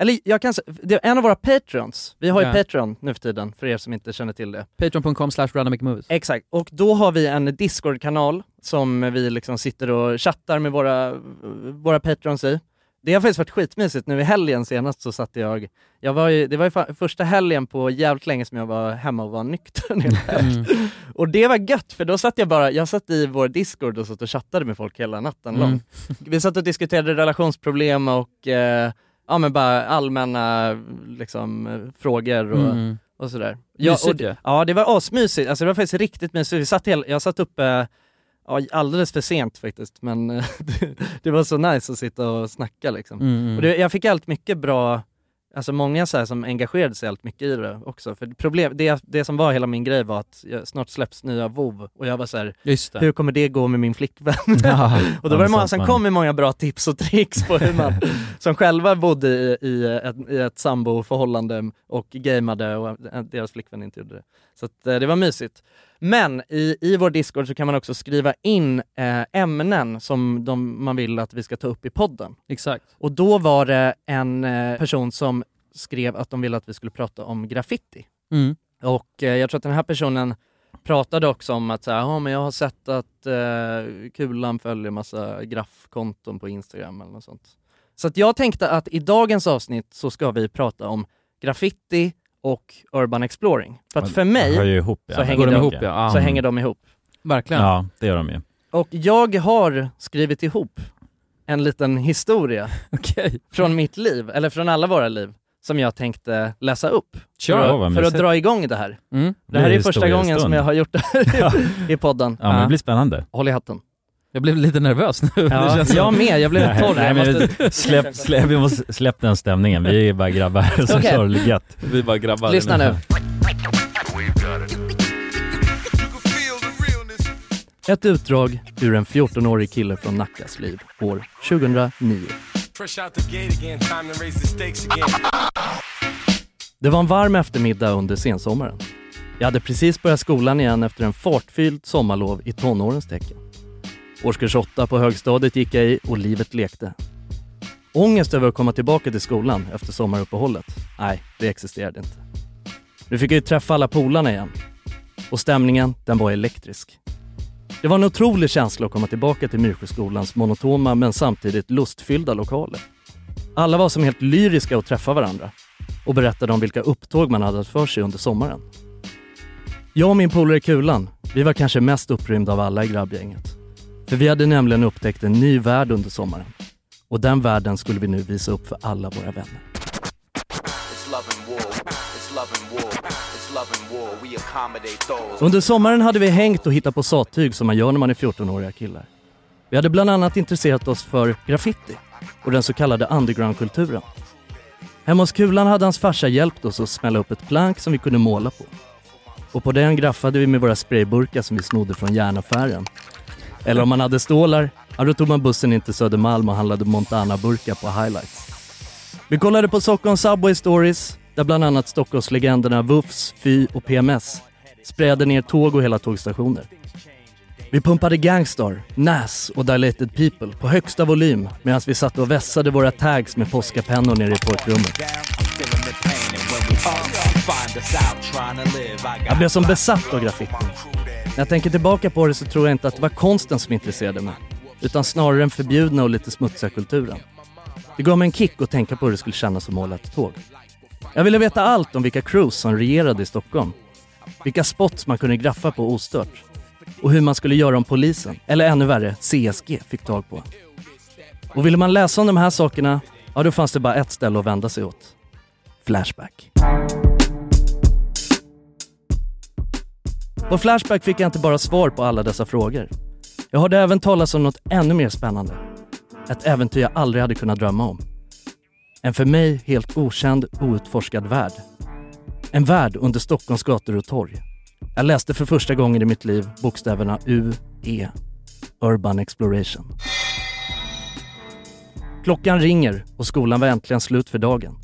Speaker 3: Eller jag kan säga, det är en av våra patrons, vi har ju
Speaker 2: Ja.
Speaker 3: Patreon nu för tiden, för er som inte känner till det.
Speaker 2: Patreon.com slash randomicmovies.
Speaker 3: Exakt, och då har vi en Discord-kanal som vi liksom sitter och chattar med våra, våra patrons i. Det har faktiskt varit skitmysigt, nu i helgen senast så satt jag, jag var ju, det var ju fa- första helgen på jävligt länge som jag var hemma och var nykter helt enkelt. Och det var gött, för då satt jag bara, jag satt i vår Discord och satt och chattade med folk hela natten lång.
Speaker 2: Mm.
Speaker 3: Vi satt och diskuterade relationsproblem och eh, ja men bara allmänna liksom eh, frågor och,
Speaker 2: Mm.
Speaker 3: och sådär. och,
Speaker 2: Mysigt ju.
Speaker 3: Ja, det var asmysigt. Alltså det var faktiskt riktigt mysigt. Vi satt hel, jag satt uppe ja, alldeles för sent faktiskt, men eh, det, det var så nice att sitta och snacka liksom.
Speaker 2: Mm, mm.
Speaker 3: Och det, jag fick allt mycket bra, alltså många så här som engagerade sig allt mycket i det också. För problem, det, det som var hela min grej var att jag, snart släpps nya WoW och jag var så här,
Speaker 2: Just det.
Speaker 3: hur kommer det gå med min flickvän?
Speaker 1: Ja,
Speaker 3: Och då var det många
Speaker 1: sant,
Speaker 3: som
Speaker 1: man.
Speaker 3: kom med många bra tips och tricks på hur man, som själva bodde i, i, ett, i ett samboförhållande och gameade och deras flickvän inte gjorde det. Så att, eh, det var mysigt. Men i, i vår Discord så kan man också skriva in eh, ämnen som de, man vill att vi ska ta upp i podden.
Speaker 2: Exakt.
Speaker 3: Och då var det en eh, person som skrev att de ville att vi skulle prata om graffiti.
Speaker 2: Mm.
Speaker 3: Och eh, jag tror att den här personen pratade också om att så här, "Ja, men jag har sett att eh, Kulan följer massa graffkonton på Instagram eller något sånt. Så att jag tänkte att i dagens avsnitt så ska vi prata om graffiti och urban exploring. För att för
Speaker 1: Hör
Speaker 3: mig
Speaker 1: ju ihop, ja.
Speaker 3: så hänger
Speaker 2: Går de
Speaker 3: det-
Speaker 2: ihop ja? Ah,
Speaker 3: så
Speaker 1: Mm.
Speaker 3: hänger de ihop.
Speaker 2: Verkligen.
Speaker 1: Ja, det gör de ju.
Speaker 3: Och jag har skrivit ihop en liten historia
Speaker 2: Okej.
Speaker 3: från mitt liv, eller från alla våra liv, som jag tänkte läsa upp.
Speaker 2: Kör.
Speaker 1: Ja, vad
Speaker 3: för att
Speaker 1: mysigt.
Speaker 3: dra igång det här.
Speaker 2: Mm.
Speaker 3: Det här är
Speaker 1: Blir
Speaker 3: första
Speaker 1: historiestund.
Speaker 3: gången som jag har gjort det
Speaker 1: Ja.
Speaker 3: här i podden.
Speaker 1: Ja, men det blir spännande.
Speaker 3: Håll i hatten.
Speaker 2: Jag blev lite nervös nu. Det
Speaker 3: Ja,
Speaker 2: känns som-
Speaker 3: jag med, jag blev torr.
Speaker 1: Nej,
Speaker 3: Jag
Speaker 1: men
Speaker 3: måste...
Speaker 1: släpp, släpp, vi måste, släpp den stämningen, vi är bara grabbar som
Speaker 3: Okej.
Speaker 1: okay. sorgligt.
Speaker 2: Vi bara grabbar.
Speaker 3: Lyssna nu. Ett utdrag ur en 14-årig kille från Nackas liv år 2009. Det var en varm eftermiddag under sensommaren. Jag hade precis börjat skolan igen efter en fartfylld sommarlov i tonårens tecken. Årskurs 8 på högstadiet gick jag i och livet lekte. Ångest över att komma tillbaka till skolan efter sommaruppehållet? Nej, det existerade inte. Nu fick jag ju träffa alla polarna igen. Och stämningen, den var elektrisk. Det var en otrolig känsla att komma tillbaka till Myrsjöskolans monotoma men samtidigt lustfyllda lokaler. Alla var som helt lyriska att träffa varandra och berättade om vilka upptåg man hade haft för sig under sommaren. Jag och min polare Kulan, vi var kanske mest upprymda av alla i grabbgänget. För vi hade nämligen upptäckt en ny värld under sommaren. Och den världen skulle vi nu visa upp för alla våra vänner. Under sommaren hade vi hängt och hittat på sattyg som man gör när man är 14-åriga killar. Vi hade bland annat intresserat oss för graffiti och den så kallade undergroundkulturen. Hemma hos Kulan hade hans farsa hjälpt oss att smälla upp ett plank som vi kunde måla på. Och på den graffade vi med våra sprayburkar som vi snodde från järnaffären. Eller om man hade stålar, ja då tog man bussen in till Södermalm och handlade Montana-burkar på highlights. Vi kollade på Stockholms Subway Stories, där bland annat Stockholmslegenderna Wufs, Fy och PMS sprayade ner tåg och hela tågstationer. Vi pumpade Gangstar, Nas och Dilated People på högsta volym medan vi satt och vässade våra tags med påskapennor nere i pojkrummet. Jag blev som besatt av graffiti. När jag tänker tillbaka på det så tror jag inte att det var konsten som intresserade mig, utan snarare den förbjudna och lite smutsiga kulturen. Det gav mig en kick att tänka på hur det skulle kännas att måla ett tåg. Jag ville veta allt om vilka crews som regerade i Stockholm, vilka spots man kunde graffa på ostört och hur man skulle göra om polisen, eller ännu värre, CSG fick tag på Och ville man läsa om de här sakerna, ja då fanns det bara ett ställe att vända sig åt. Flashback. På Flashback fick jag inte bara svar på alla dessa frågor. Jag hörde även talas om något ännu mer spännande. Ett äventyr jag aldrig hade kunnat drömma om. En för mig helt okänd, outforskad värld. En värld under Stockholms gator och torg. Jag läste för första gången i mitt liv bokstäverna UE, Urban Exploration. Klockan ringer och skolan var äntligen slut för dagen.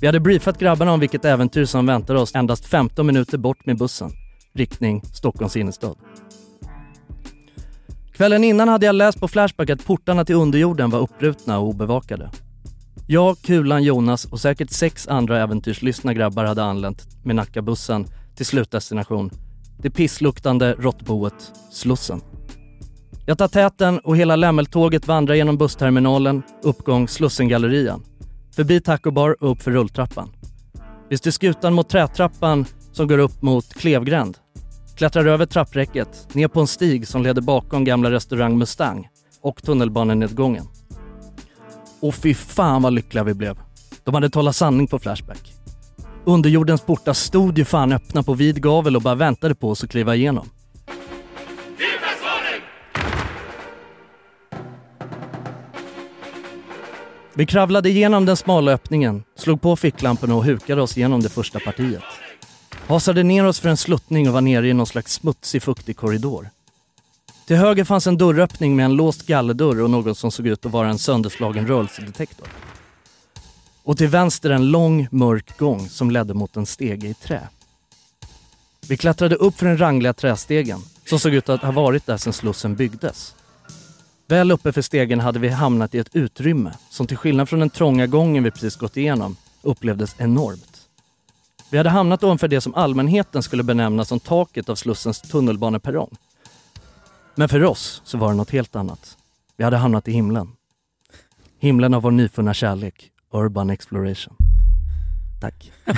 Speaker 3: Vi hade briefat grabbarna om vilket äventyr som väntar oss endast 15 minuter bort med bussen, riktning Stockholms innerstad. Kvällen innan hade jag läst på Flashback att portarna till underjorden var upprutna och obevakade. Jag, Kulan, Jonas och säkert sex andra äventyrslystna grabbar hade anlänt med Nackabussen till slutdestination. Det pissluktande råttboet Slussen. Jag tar täten och hela lämmeltåget vandrar genom bussterminalen, uppgång Slussengallerian. Förbi Taco Bar och uppför rulltrappan. Vi styr skutan mot trätrappan som går upp mot Klevgränd. Klättrar över trappräcket, ner på en stig som leder bakom gamla restaurang Mustang och tunnelbanenedgången. Och fy fan vad lyckliga vi blev. De hade talat sanning på Flashback. Underjordens portar stod ju fan öppna på vid gavel och bara väntade på oss att kliva igenom. Vi kravlade igenom den smala öppningen, slog på ficklamporna och hukade oss genom det första partiet. Hasade ner oss för en sluttning och var nere i någon slags smutsig, fuktig korridor. Till höger fanns en dörröppning med en låst gallerdörr och något som såg ut att vara en sönderslagen rörelsedetektor. Och till vänster en lång, mörk gång som ledde mot en stege i trä. Vi klättrade upp för den rangliga trästegen, som såg ut att ha varit där sedan slussen byggdes. Väl uppe för stegen hade vi hamnat i ett utrymme som till skillnad från den trånga gången vi precis gått igenom upplevdes enormt. Vi hade hamnat ovanför det som allmänheten skulle benämna som taket av Slussens tunnelbaneperrong. Men för oss så var det något helt annat. Vi hade hamnat i himlen. Himlen av vår nyfunna kärlek, Urban Exploration. Tack.
Speaker 1: Oh,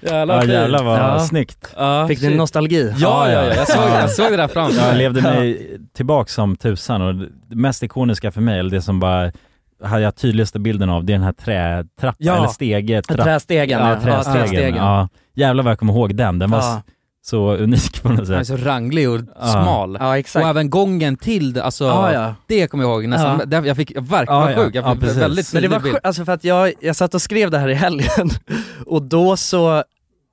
Speaker 2: Jävlar
Speaker 1: ja,
Speaker 2: fint.
Speaker 1: jävlar vad
Speaker 3: Ja.
Speaker 1: snyggt.
Speaker 2: Ja,
Speaker 3: Fick ni
Speaker 2: shit.
Speaker 3: nostalgi?
Speaker 2: Ja, ja, ja, jag såg,
Speaker 1: Ja.
Speaker 2: jag såg det där framför
Speaker 1: Jag levde mig tillbaka som tusan och det mest ikoniska för mig, eller det som bara hade jag tydligaste bilden av, det är den här trätrappan,
Speaker 3: Ja.
Speaker 1: eller stege, trapp,
Speaker 3: Trästegen.
Speaker 1: ja,
Speaker 3: Ja,
Speaker 1: trästegen.
Speaker 3: trästegen.
Speaker 1: Ja. Jävlar vad jag kommer ihåg den, den var
Speaker 3: Ja.
Speaker 1: s- så unik på något
Speaker 2: Han är
Speaker 1: sätt.
Speaker 2: så ranglig och
Speaker 1: Ja.
Speaker 2: smal.
Speaker 3: Ja,
Speaker 2: Och
Speaker 3: exakt.
Speaker 2: även gången till, det, alltså
Speaker 3: Ja, ja.
Speaker 2: det kommer jag ihåg nästan.
Speaker 3: Ja. Ah,
Speaker 2: Där Jag fick jag verkligen
Speaker 1: Ja,
Speaker 2: var
Speaker 1: ja.
Speaker 2: sjuk, jag
Speaker 1: Ja,
Speaker 2: fick
Speaker 1: precis.
Speaker 2: väldigt
Speaker 3: Men det
Speaker 2: tydlig
Speaker 3: var
Speaker 2: bild.
Speaker 3: sjukt, alltså för att jag, jag satt och skrev det här i helgen och då så,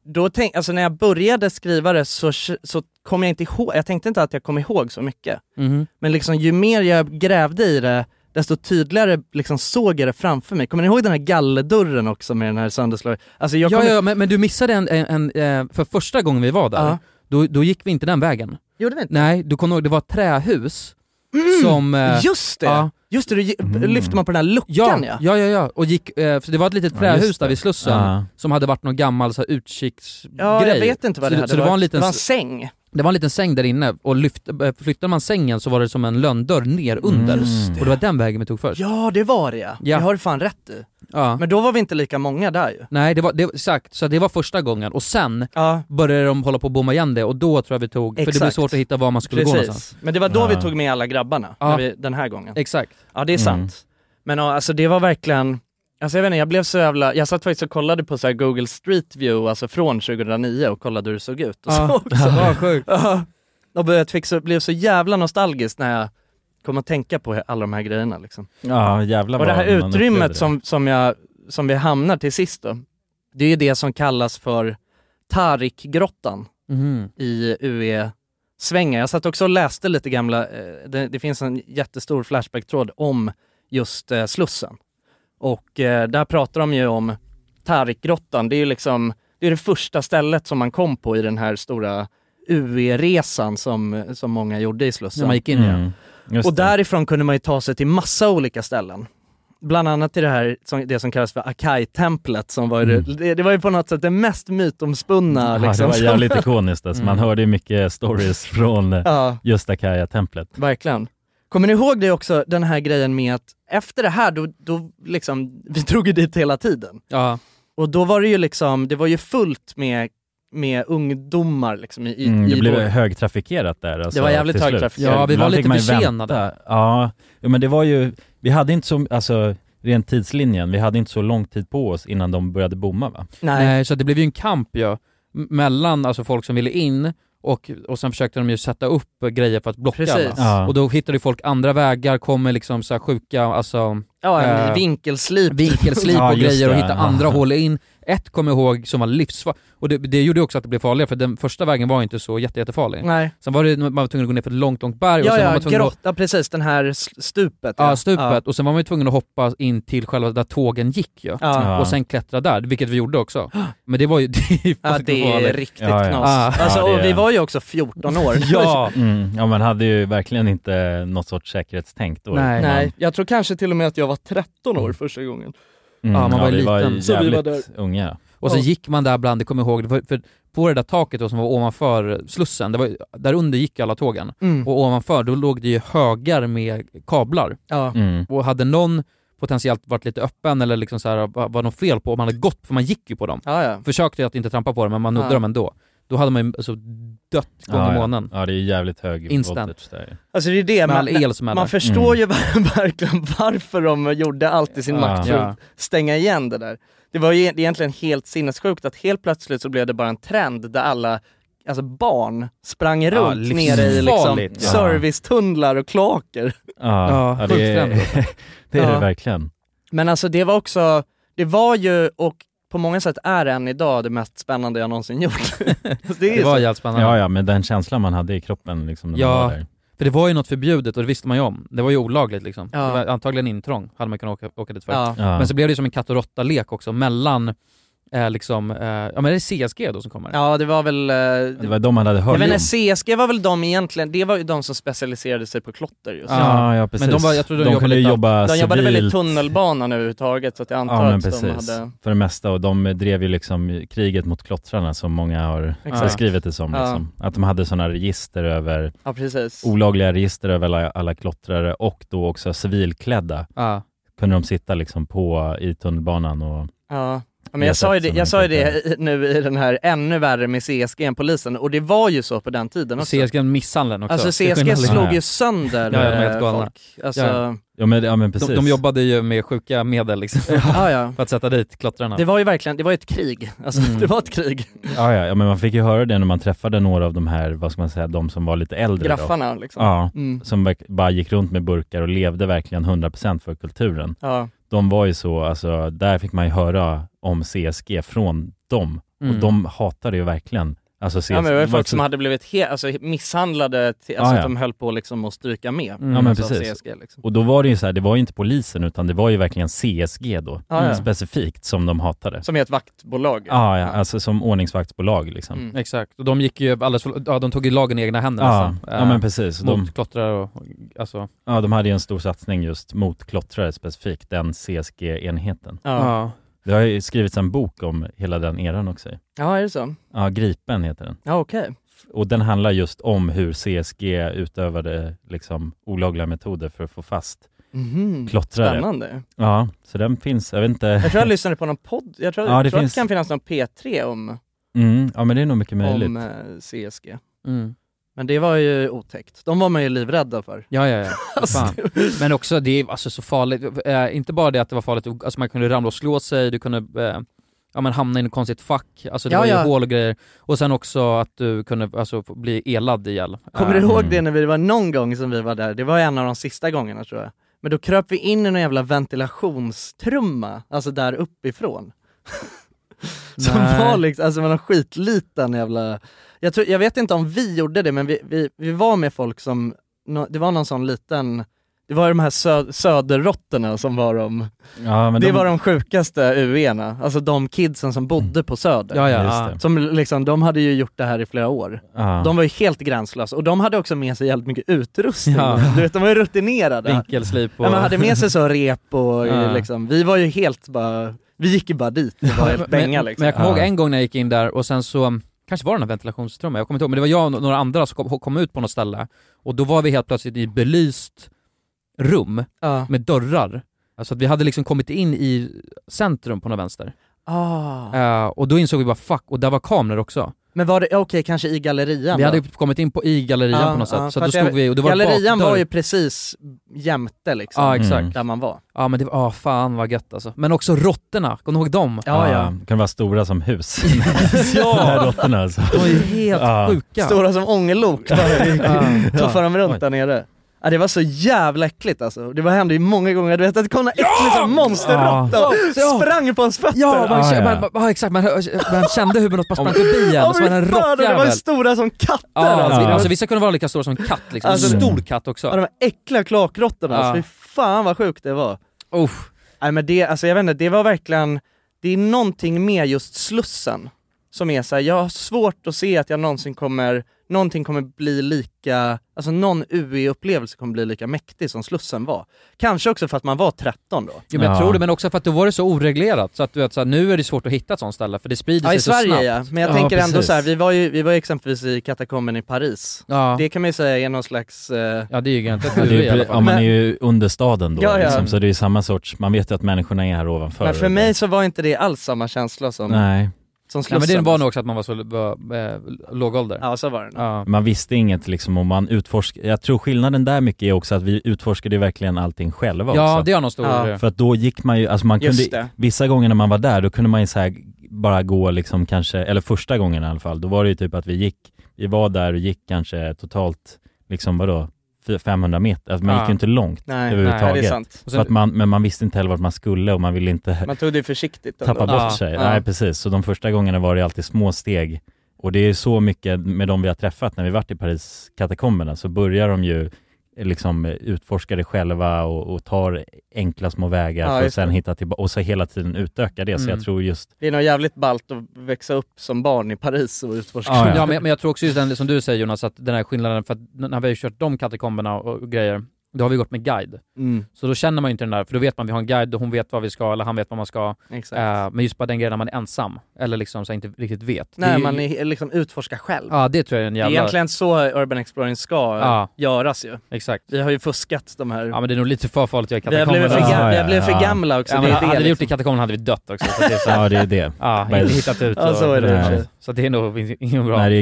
Speaker 3: då tänk, alltså när jag började skriva det så, så kom jag inte ihåg, jag tänkte inte att jag kom ihåg så mycket.
Speaker 2: Mhm.
Speaker 3: Men liksom ju mer jag grävde i det, desto tydligare liksom såg jag det framför mig. Kommer ni ihåg den här gallerdörren också med den här sönderslagen? Alltså jag
Speaker 2: Ja,
Speaker 3: kommer...
Speaker 2: ja, men, men du missade en, en, en, eh, för första gången vi var där,
Speaker 3: Ja.
Speaker 2: då, då gick vi inte den vägen.
Speaker 3: Gjorde vi inte? Mm!
Speaker 2: Nej, du kommer ihåg, det var ett trähus som... eh,
Speaker 3: Just det!
Speaker 2: ja.
Speaker 3: Just det, då gi- lyfte man på den här
Speaker 2: Ja,
Speaker 3: luckan ja.
Speaker 2: ja, ja, ja, och gick, eh, för det var ett litet
Speaker 1: Ja,
Speaker 2: trähus
Speaker 1: just det.
Speaker 2: där vid Slussen
Speaker 1: Ja.
Speaker 2: som hade varit någon gammal så här, utkiksgrej.
Speaker 3: Ja, jag vet inte vad det
Speaker 2: så,
Speaker 3: hade
Speaker 2: så det var en liten
Speaker 3: det var en säng.
Speaker 2: Det var en liten säng där inne och lyft, eh, flyttade man sängen så var det som en lönndörr ner under.
Speaker 1: Just det.
Speaker 2: Och det var den vägen vi tog först.
Speaker 3: Mm, Ja, det var det ja.
Speaker 2: Ja.
Speaker 3: Det har du fan rätt i.
Speaker 2: Ja.
Speaker 3: Men då var vi inte lika många där ju.
Speaker 2: Nej, det var, det, exakt. Så det var första gången. Och sen
Speaker 3: Ja,
Speaker 2: började de hålla på att bomma igen det och då tror jag vi tog, för det blev
Speaker 3: Exakt.
Speaker 2: svårt att hitta var man skulle gå någonstans.
Speaker 3: precis. Men det var då vi
Speaker 1: Ja.
Speaker 3: tog med alla grabbarna,
Speaker 2: Ja.
Speaker 3: när vi, den här gången.
Speaker 2: Exakt.
Speaker 3: Ja det är sant.
Speaker 1: Mm.
Speaker 3: Men ja, alltså det var verkligen, alltså jag vet inte, jag blev så jävla, jag satt faktiskt och kollade på så här Google Street View, alltså från 2009 och kollade hur det såg ut och
Speaker 2: Ja.
Speaker 3: så också.
Speaker 2: Vad sjukt.
Speaker 3: Ja. Och jag fick så, blev så jävla nostalgisk när jag kom att tänka på alla de här grejerna liksom.
Speaker 1: Ja, jävlar
Speaker 3: Och det
Speaker 1: vad
Speaker 3: här
Speaker 1: man upplevde det.
Speaker 3: utrymmet som, som, jag, som vi hamnar till sist då, det är ju det som kallas för Tarikgrottan
Speaker 2: Mhm.
Speaker 3: i UE-svängen. Jag satt också och läste lite gamla, eh, det, det finns en jättestor Flashback-tråd om just eh, Slussen. Och eh, där pratar de ju om Tarikgrottan, det är ju liksom, det Det är det första stället som man kom på i den här stora UE-resan som, som många gjorde i
Speaker 2: När
Speaker 3: Slussen.
Speaker 2: man gick in ja.
Speaker 1: Mm. Just
Speaker 3: Och
Speaker 1: det.
Speaker 3: därifrån kunde man ju ta sig till massa olika ställen. Bland annat till det här, som, det som kallas för Akai-templet som var ju,
Speaker 1: Mm.
Speaker 3: det, det var ju på något sätt det mest mytomspunna
Speaker 1: ja, det
Speaker 3: liksom.
Speaker 1: var
Speaker 3: som-
Speaker 1: jävligt ikoniskt alltså. Man
Speaker 2: Mm.
Speaker 1: hörde ju mycket stories från eh,
Speaker 3: ja,
Speaker 1: just Akaya-templet.
Speaker 3: verkligen. Kommer ni ihåg det också, den här grejen med att efter det här, då, då liksom, vi drog ju dit hela tiden.
Speaker 2: ja.
Speaker 3: Och då var det ju liksom, det var ju fullt med, med ungdomar liksom i, i,
Speaker 1: Mm, det
Speaker 3: i
Speaker 1: blev
Speaker 3: vår-
Speaker 1: högtrafikerat där alltså,
Speaker 3: Det var jävligt
Speaker 1: till slut.
Speaker 3: högtrafikerat.
Speaker 2: Ja, vi
Speaker 1: Ibland
Speaker 2: var lite
Speaker 1: fick man ju
Speaker 2: försenade.
Speaker 1: vänta. Ja, ja, men det var ju, vi hade inte så, alltså rent tidslinjen, vi hade inte så lång tid på oss innan de började bomma va?
Speaker 3: Nej.
Speaker 2: Nej, så det blev ju en kamp ju, m- mellan alltså folk som ville in och, och sen försökte de ju sätta upp eh, grejer för att blocka
Speaker 3: Precis.
Speaker 2: alla.
Speaker 1: Ja.
Speaker 2: Och då hittade ju folk andra vägar, kom med liksom så här sjuka, alltså
Speaker 3: Ja, en
Speaker 2: Eh,
Speaker 3: vinkelslip.
Speaker 2: vinkelslip
Speaker 1: Ja,
Speaker 2: och
Speaker 1: just
Speaker 2: grejer och
Speaker 1: det.
Speaker 2: hitta andra
Speaker 1: Ja.
Speaker 2: hål in. Ett kommer jag ihåg som var livsfarligt, och det, det gjorde ju också att det blev farligare för den första vägen var inte så jätte, jättefarlig.
Speaker 3: Nej.
Speaker 2: Sen var det, man var tvungen att gå ner för ett långt, långt berg och
Speaker 3: Mm. Ja,
Speaker 2: sen var
Speaker 3: ja,
Speaker 2: man tvungen att
Speaker 3: grotta, precis, den här s- stupet.
Speaker 2: Ja, stupet. Och sen var man ju tvungen att hoppa in till själva där tågen gick ju.
Speaker 3: Ja. Ja.
Speaker 1: Ja.
Speaker 2: Och sen klättra där, vilket vi gjorde också. Men det var ju... Det är, ju
Speaker 3: Ja,
Speaker 2: fucking
Speaker 3: det är
Speaker 2: farligt.
Speaker 3: riktigt
Speaker 1: Ja, ja.
Speaker 3: knas.
Speaker 2: Ah.
Speaker 3: Alltså,
Speaker 1: Ja, det
Speaker 3: och
Speaker 1: är-
Speaker 3: vi var ju också 14 år.
Speaker 2: Ja!
Speaker 1: Mm. Ja, man hade ju verkligen inte något sorts säkerhetstänk då.
Speaker 2: Nej.
Speaker 1: Man-
Speaker 3: Nej, jag tror kanske till och med att jag var 13 år första gången.
Speaker 1: Mm,
Speaker 2: Ja, man var ju
Speaker 1: vi var
Speaker 2: liten.
Speaker 1: ju
Speaker 3: Så vi var
Speaker 1: jävligt unga.
Speaker 2: Och sen
Speaker 3: Ja.
Speaker 2: gick man där bland, det kommer jag ihåg, för, för på det där taket då som var ovanför Slussen, det var, ju- där under gick alla tågen.
Speaker 3: Mm.
Speaker 2: Och ovanför, då låg det ju högar med kablar.
Speaker 3: Ja.
Speaker 1: Mm.
Speaker 2: Och hade någon potentiellt varit lite öppen eller liksom så här, var, var något fel på, om man hade gått, för man gick ju på dem.
Speaker 3: Ja, ja.
Speaker 2: Försökte ju att inte trampa på dem, men man nuddade
Speaker 3: Ja.
Speaker 2: dem ändå. Då hade man ju alltså dött gånger
Speaker 1: Ja, ja.
Speaker 2: månen.
Speaker 1: Ja, det är ju jävligt hög
Speaker 2: Instant.
Speaker 1: voltage där. ju.
Speaker 3: Alltså det är det,
Speaker 2: Med all
Speaker 3: man,
Speaker 2: el som är
Speaker 3: man
Speaker 2: där.
Speaker 3: förstår ju ver- verkligen varför de gjorde allt i sin
Speaker 1: Mm. Ja.
Speaker 3: makt för
Speaker 2: Ja.
Speaker 3: att stänga igen det där. Det var ju e- egentligen helt sinnessjukt att helt plötsligt så blev det bara en trend där alla Alltså barn sprang runt nere i liksom
Speaker 2: livsfarligt.
Speaker 1: Ja.
Speaker 3: servicetunnlar och kloaker.
Speaker 1: Ja,
Speaker 2: Ja,
Speaker 1: ja, det, är,
Speaker 2: sjukt
Speaker 1: det är
Speaker 3: Ja.
Speaker 1: det verkligen.
Speaker 3: Men alltså det var också, det var ju och på många sätt är än idag det mest spännande jag någonsin gjort. det är
Speaker 2: Det
Speaker 3: ju
Speaker 2: var
Speaker 3: så.
Speaker 2: jävligt spännande.
Speaker 1: Ja, ja, men den känslan man hade i kroppen liksom när
Speaker 2: Ja.
Speaker 1: man var där.
Speaker 2: För det var ju något förbjudet och det visste man ju om. Det var ju olagligt liksom.
Speaker 3: Ja.
Speaker 2: Det var antagligen intrång hade man kunnat åka, åka dit för.
Speaker 3: Ja.
Speaker 1: Ja.
Speaker 2: Men så blev det ju som en katt och råtta-lek också mellan eh, liksom, eh, ja men det är CSG då som kommer.
Speaker 3: ja, det var väl... eh,
Speaker 1: Det var de man hade hört
Speaker 3: Jag vet
Speaker 1: om.
Speaker 3: inte, CSG var väl de egentligen, det var ju de som specialiserade sig på klotter just.
Speaker 2: Ja,
Speaker 1: Ja, ja precis.
Speaker 2: men de var- jag tror de jobbade
Speaker 1: kunde
Speaker 2: lite-
Speaker 1: jobba
Speaker 3: De jobbade väl i
Speaker 1: civilt
Speaker 3: tunnelbanan överhuvudtaget så att jag antar
Speaker 1: Ja men
Speaker 3: att de
Speaker 1: precis,
Speaker 3: hade...
Speaker 1: för det mesta och de drev ju liksom kriget mot klottrarna som många har
Speaker 3: Exakt.
Speaker 1: beskrivit det som
Speaker 3: Ja.
Speaker 1: liksom. Att de hade sådana register över,
Speaker 3: Ja precis.
Speaker 1: olagliga register över alla, alla klottrare och då också civilklädda
Speaker 2: Ja.
Speaker 1: kunde de sitta liksom på i tunnelbanan och
Speaker 3: Ja. Ja, Men
Speaker 2: E
Speaker 1: Vi har
Speaker 3: jag sa ju
Speaker 1: sett
Speaker 3: det,
Speaker 1: såna
Speaker 3: jag sa ju det
Speaker 1: klipp
Speaker 3: i- nu i den här ännu värre med CSG än polisen och det var ju så på den tiden också.
Speaker 2: CSG misshandeln också.
Speaker 3: alltså
Speaker 2: Till
Speaker 3: CSG
Speaker 2: skillnad-
Speaker 3: slog ju
Speaker 1: Ja.
Speaker 3: sönder
Speaker 2: Ja, de är helt
Speaker 3: eh,
Speaker 2: galna.
Speaker 3: folk. Alltså,
Speaker 2: Ja.
Speaker 3: ja.
Speaker 1: Ja men, ja, men precis.
Speaker 2: de, de jobbade ju med sjuka medel liksom,
Speaker 3: Ja, ja.
Speaker 2: för att sätta dit klottrarna.
Speaker 3: Det var ju verkligen, det var ju ett krig. Alltså
Speaker 2: Mm.
Speaker 3: det var ett krig.
Speaker 1: ja, ja, ja men man fick ju höra det när man träffade några av de här, vad ska man säga, de som var lite äldre då.
Speaker 3: Graffarna liksom.
Speaker 1: Ja,
Speaker 3: Mm.
Speaker 1: som verk- bara gick runt med burkar och levde verkligen 100% för kulturen.
Speaker 3: Ja.
Speaker 1: de var ju så, alltså där fick man ju höra om CSG från dem.
Speaker 2: Mm.
Speaker 1: Och de hatade ju verkligen, alltså CSG.
Speaker 3: ja men det var ju
Speaker 1: Det var
Speaker 3: folk
Speaker 1: också-
Speaker 3: som hade blivit he- alltså, misshandlade, till, alltså
Speaker 1: Ja, ja.
Speaker 3: att de höll på liksom att stryka med.
Speaker 2: Mm.
Speaker 1: Ja, men
Speaker 3: alltså, av
Speaker 1: precis.
Speaker 3: CSG, liksom.
Speaker 1: Och då var det ju så här, det var ju inte polisen utan det var ju verkligen CSG då,
Speaker 3: Ja, ja.
Speaker 1: specifikt som de hatade.
Speaker 3: Som är ett vaktbolag.
Speaker 1: Ja, ja, alltså som ordningsvaktsbolag liksom.
Speaker 3: Mm.
Speaker 2: Exakt, och de gick ju alldeles för, ja, de tog ju lagen i egna händer
Speaker 1: Ja,
Speaker 3: alltså,
Speaker 2: nästan.
Speaker 1: ja,
Speaker 2: Eh,
Speaker 1: men precis. De,
Speaker 2: Mot klottrare och, och alltså,
Speaker 1: ja, de hade ju en stor satsning just mot klottrare specifikt, den CSG-enheten.
Speaker 3: Ja.
Speaker 1: Det har ju skrivits en bok om hela den eran också.
Speaker 3: ja, är det så?
Speaker 1: Ja, Gripen heter den.
Speaker 3: Ja, okej.
Speaker 1: Och den handlar just om hur CSG utövade liksom olagliga metoder för att få fast
Speaker 3: Mhm.
Speaker 1: klottrare.
Speaker 3: Spännande.
Speaker 1: Ja, så den finns, jag vet inte.
Speaker 3: Jag tror jag lyssnade på någon podd, jag tror,
Speaker 1: Ja, det
Speaker 3: tror
Speaker 1: finns-
Speaker 3: att det kan finnas någon P3 om,
Speaker 1: Mm, ja men det är nog mycket möjligt.
Speaker 3: om eh, CSG.
Speaker 2: mm.
Speaker 3: Men det var ju otäckt. De var man ju livrädda för.
Speaker 2: Ja, ja, ja. Fan.
Speaker 3: Alltså,
Speaker 2: Men också, det är alltså så farligt. Eh, inte bara det att det var farligt, alltså man kunde ramla och slå sig, du kunde eh, ja, men hamna i något konstigt fack, alltså det
Speaker 3: Ja,
Speaker 2: var ju
Speaker 3: ja.
Speaker 2: hål och grejer. Och sen också att du kunde alltså, få bli elad ihjäl.
Speaker 3: Kommer
Speaker 2: Eh,
Speaker 3: du ihåg
Speaker 1: Mm.
Speaker 3: det när vi det var någon gång som vi var där? Det var en av de sista gångerna tror jag. Men då kröp vi in i någon jävla ventilationstrumma, alltså där uppifrån. som
Speaker 2: Nej.
Speaker 3: var liksom, alltså man har skitliten jävla... Jag, tror, jag vet inte om vi gjorde det, men vi, vi, vi var med folk som, nå- det var någon sån liten Det var de här sö söderrotterna som var de,
Speaker 1: Ja, men
Speaker 3: det
Speaker 1: de-
Speaker 3: var de sjukaste uena, alltså de kidsen som bodde
Speaker 1: Mm.
Speaker 3: på söder.
Speaker 2: Ja, ja.
Speaker 1: Just det.
Speaker 3: Som liksom, de hade ju gjort det här i flera år.
Speaker 1: Ja.
Speaker 3: De var ju helt gränslösa och de hade också med sig jävligt mycket utrustning.
Speaker 2: Ja.
Speaker 3: Du vet, de var ju rutinerade.
Speaker 2: Vinkelslip och...
Speaker 3: Ja, man hade med sig så rep och
Speaker 2: Ja.
Speaker 3: liksom, vi var ju helt bara, vi gick ju bara dit och var helt bänga
Speaker 2: men,
Speaker 3: liksom.
Speaker 2: men jag kommer
Speaker 1: Ja.
Speaker 2: ihåg en gång när jag gick in där och sen så, kanske var det den här ventilationstrumman, jag kommer inte ihåg, men det var jag och några andra som kom, kom ut på något ställe och då var vi helt plötsligt i ett belyst rum
Speaker 3: Ja.
Speaker 2: med dörrar. Alltså att vi hade liksom kommit in i centrum på något vänster.
Speaker 3: Ah.
Speaker 2: Eh, och då insåg vi bara fuck, och där var kameror också.
Speaker 3: Men var det, okej kanske i gallerian
Speaker 2: Vi
Speaker 3: då?
Speaker 2: hade kommit in på, i gallerian
Speaker 3: Ja,
Speaker 2: på något
Speaker 3: ja,
Speaker 2: sätt, så
Speaker 3: för
Speaker 2: att då
Speaker 3: att jag-
Speaker 2: stod vi och det var
Speaker 3: Gallerian
Speaker 2: bakdörr.
Speaker 3: var ju precis jämte liksom,
Speaker 2: Ja exakt.
Speaker 1: Mm.
Speaker 3: där man var.
Speaker 2: Ja men det var, ah, fan vad gött alltså. Men också råttorna, kommer du ihåg dem?
Speaker 3: Ja, ja.
Speaker 1: Kan vara stora som hus. De här råttorna alltså.
Speaker 2: De var ju helt
Speaker 1: Ja.
Speaker 2: sjuka.
Speaker 3: Stora som ångerlok
Speaker 2: Ja.
Speaker 3: tuffar de runt
Speaker 1: Oj.
Speaker 3: där nere. Ja, det var så jävla äckligt alltså. Det var, hände ju många gånger, du vet att det kom en äcklig ja! monsterråtta och
Speaker 2: Ja.
Speaker 3: sprang på ens fötter.
Speaker 2: Ja, man,
Speaker 1: Ah,
Speaker 2: kände-
Speaker 1: ja.
Speaker 2: man, man, ja, exakt, man, hör- man kände hur något bara sprang förbi en,
Speaker 3: Ja,
Speaker 2: och så var det en
Speaker 3: fy fan, och de var ju
Speaker 2: råttjävel.
Speaker 3: stora som katter
Speaker 2: Ja,
Speaker 3: alltså.
Speaker 1: Ja.
Speaker 2: alltså vissa kunde vara lika stora som en katt liksom,
Speaker 3: Alltså,
Speaker 2: en stor katt också.
Speaker 3: Ja, de var äckliga kloakrottorna,
Speaker 2: Ja.
Speaker 3: alltså, fy fan vad sjukt det var.
Speaker 2: Uff.
Speaker 3: Nej men det, alltså jag vet inte, det var verkligen, det är någonting med just Slussen som är såhär, jag har svårt att se att jag någonsin kommer, någonting kommer bli lika, alltså någon UE-upplevelse kommer bli lika mäktig som Slussen var. Kanske också för att man var 13 då.
Speaker 2: Jo, men jag
Speaker 1: Ja.
Speaker 2: tror det, men också för att då var det så oreglerat så att du vet, så här, nu är det svårt att hitta ett sånt ställe för det sprider
Speaker 3: Ja
Speaker 2: sig
Speaker 3: i Sverige
Speaker 2: så snabbt.
Speaker 3: ja, men jag
Speaker 1: Ja,
Speaker 3: tänker ändå
Speaker 1: precis.
Speaker 3: så här, vi var ju, vi var ju exempelvis i katakomben i Paris.
Speaker 2: Ja.
Speaker 3: Det kan man ju säga är någon slags eh,
Speaker 2: ja, det är ju egentligen
Speaker 1: Ja,
Speaker 2: ett
Speaker 1: det är,
Speaker 2: huvud i
Speaker 1: ju
Speaker 2: alla
Speaker 1: pre- ja,
Speaker 2: fall.
Speaker 1: man
Speaker 3: Men-
Speaker 1: är ju under staden då,
Speaker 3: Ja, ja.
Speaker 1: Liksom, så det är ju samma sorts, man vet ju att människorna är här ovanför.
Speaker 3: men för mig så var inte det alls samma känsla som,
Speaker 1: Nej,
Speaker 3: som Slussen.
Speaker 2: Ja, men det var nog också att man var så var, eh, låg ålder.
Speaker 3: Ja så var det nog.
Speaker 2: Ja.
Speaker 1: man visste inget liksom om man utforskade, jag tror skillnaden där mycket är också att vi utforskade ju verkligen allting själva
Speaker 2: Ja,
Speaker 1: också.
Speaker 2: det har någon stor...
Speaker 3: Ja.
Speaker 1: För att då gick man ju, alltså man
Speaker 3: Just
Speaker 1: kunde,
Speaker 3: det.
Speaker 1: vissa gånger när man var där då kunde man ju så här bara gå liksom kanske, eller första gången i alla fall, då var det ju typ att vi gick, vi var där och gick kanske totalt, liksom vadå, fy- 500 meter, alltså man
Speaker 2: Ja.
Speaker 1: gick ju inte långt.
Speaker 3: Nej, nej
Speaker 1: Överhuvudtaget.
Speaker 3: det är sant.
Speaker 2: Och
Speaker 1: Så att
Speaker 2: sen,
Speaker 1: man, men man visste inte heller vart man skulle och man ville inte
Speaker 3: Man tog det försiktigt ändå.
Speaker 1: tappa bort
Speaker 2: Ja,
Speaker 1: sig.
Speaker 2: ja.
Speaker 1: Nej precis, så de första gångerna var det alltid små steg. Och det är ju så mycket med de vi har träffat när vi varit i Paris katakomberna så börjar de ju eh, liksom eh, utforska det själva och, och tar enkla små vägar
Speaker 3: Ja,
Speaker 1: för att
Speaker 3: just
Speaker 1: sen
Speaker 3: det.
Speaker 1: hitta tillbaka och så hela tiden utöka det. Så
Speaker 2: Mm.
Speaker 1: jag tror just,
Speaker 3: Det är nog jävligt ballt att växa upp som barn i Paris och utforska.
Speaker 1: Ja,
Speaker 2: ja, men, men jag tror också just den, som du säger Jonas, att den här skillnaden, för att när vi har ju kört de katakomberna och, och grejer, då har vi gått med guide.
Speaker 3: Mm,
Speaker 2: Så då känner man ju inte den där, för då vet man vi har en guide och hon vet vad vi ska, eller han vet vad man ska.
Speaker 3: exakt.
Speaker 2: Eh, men just bara den grejen när man är ensam, eller liksom så här inte riktigt vet. Det
Speaker 3: Nej,
Speaker 2: ju-
Speaker 3: man är, liksom utforska själv.
Speaker 2: Ja, det tror jag är en
Speaker 3: det är
Speaker 2: jävla...
Speaker 3: egentligen så urban exploring ska
Speaker 2: Ja.
Speaker 3: göras ju.
Speaker 2: Exakt.
Speaker 3: Vi har ju fuskat de här...
Speaker 2: Ja men det är nog lite för farligt att göra
Speaker 3: vi har blivit
Speaker 1: Ja,
Speaker 2: katakomberna.
Speaker 3: för, ga- vi
Speaker 1: ja,
Speaker 3: har blivit för
Speaker 1: ja.
Speaker 3: gamla också.
Speaker 2: Ja,
Speaker 3: det
Speaker 2: men
Speaker 3: är
Speaker 2: hade
Speaker 3: det,
Speaker 2: vi gjort det i
Speaker 3: liksom.
Speaker 2: katakomberna hade vi dött också. Så, att det är så, här-
Speaker 1: ja det är det.
Speaker 2: ja, inte hittat ut.
Speaker 3: Ja, så är det.
Speaker 1: Nej.
Speaker 2: Så det är nog inget bra.
Speaker 1: Nej, det är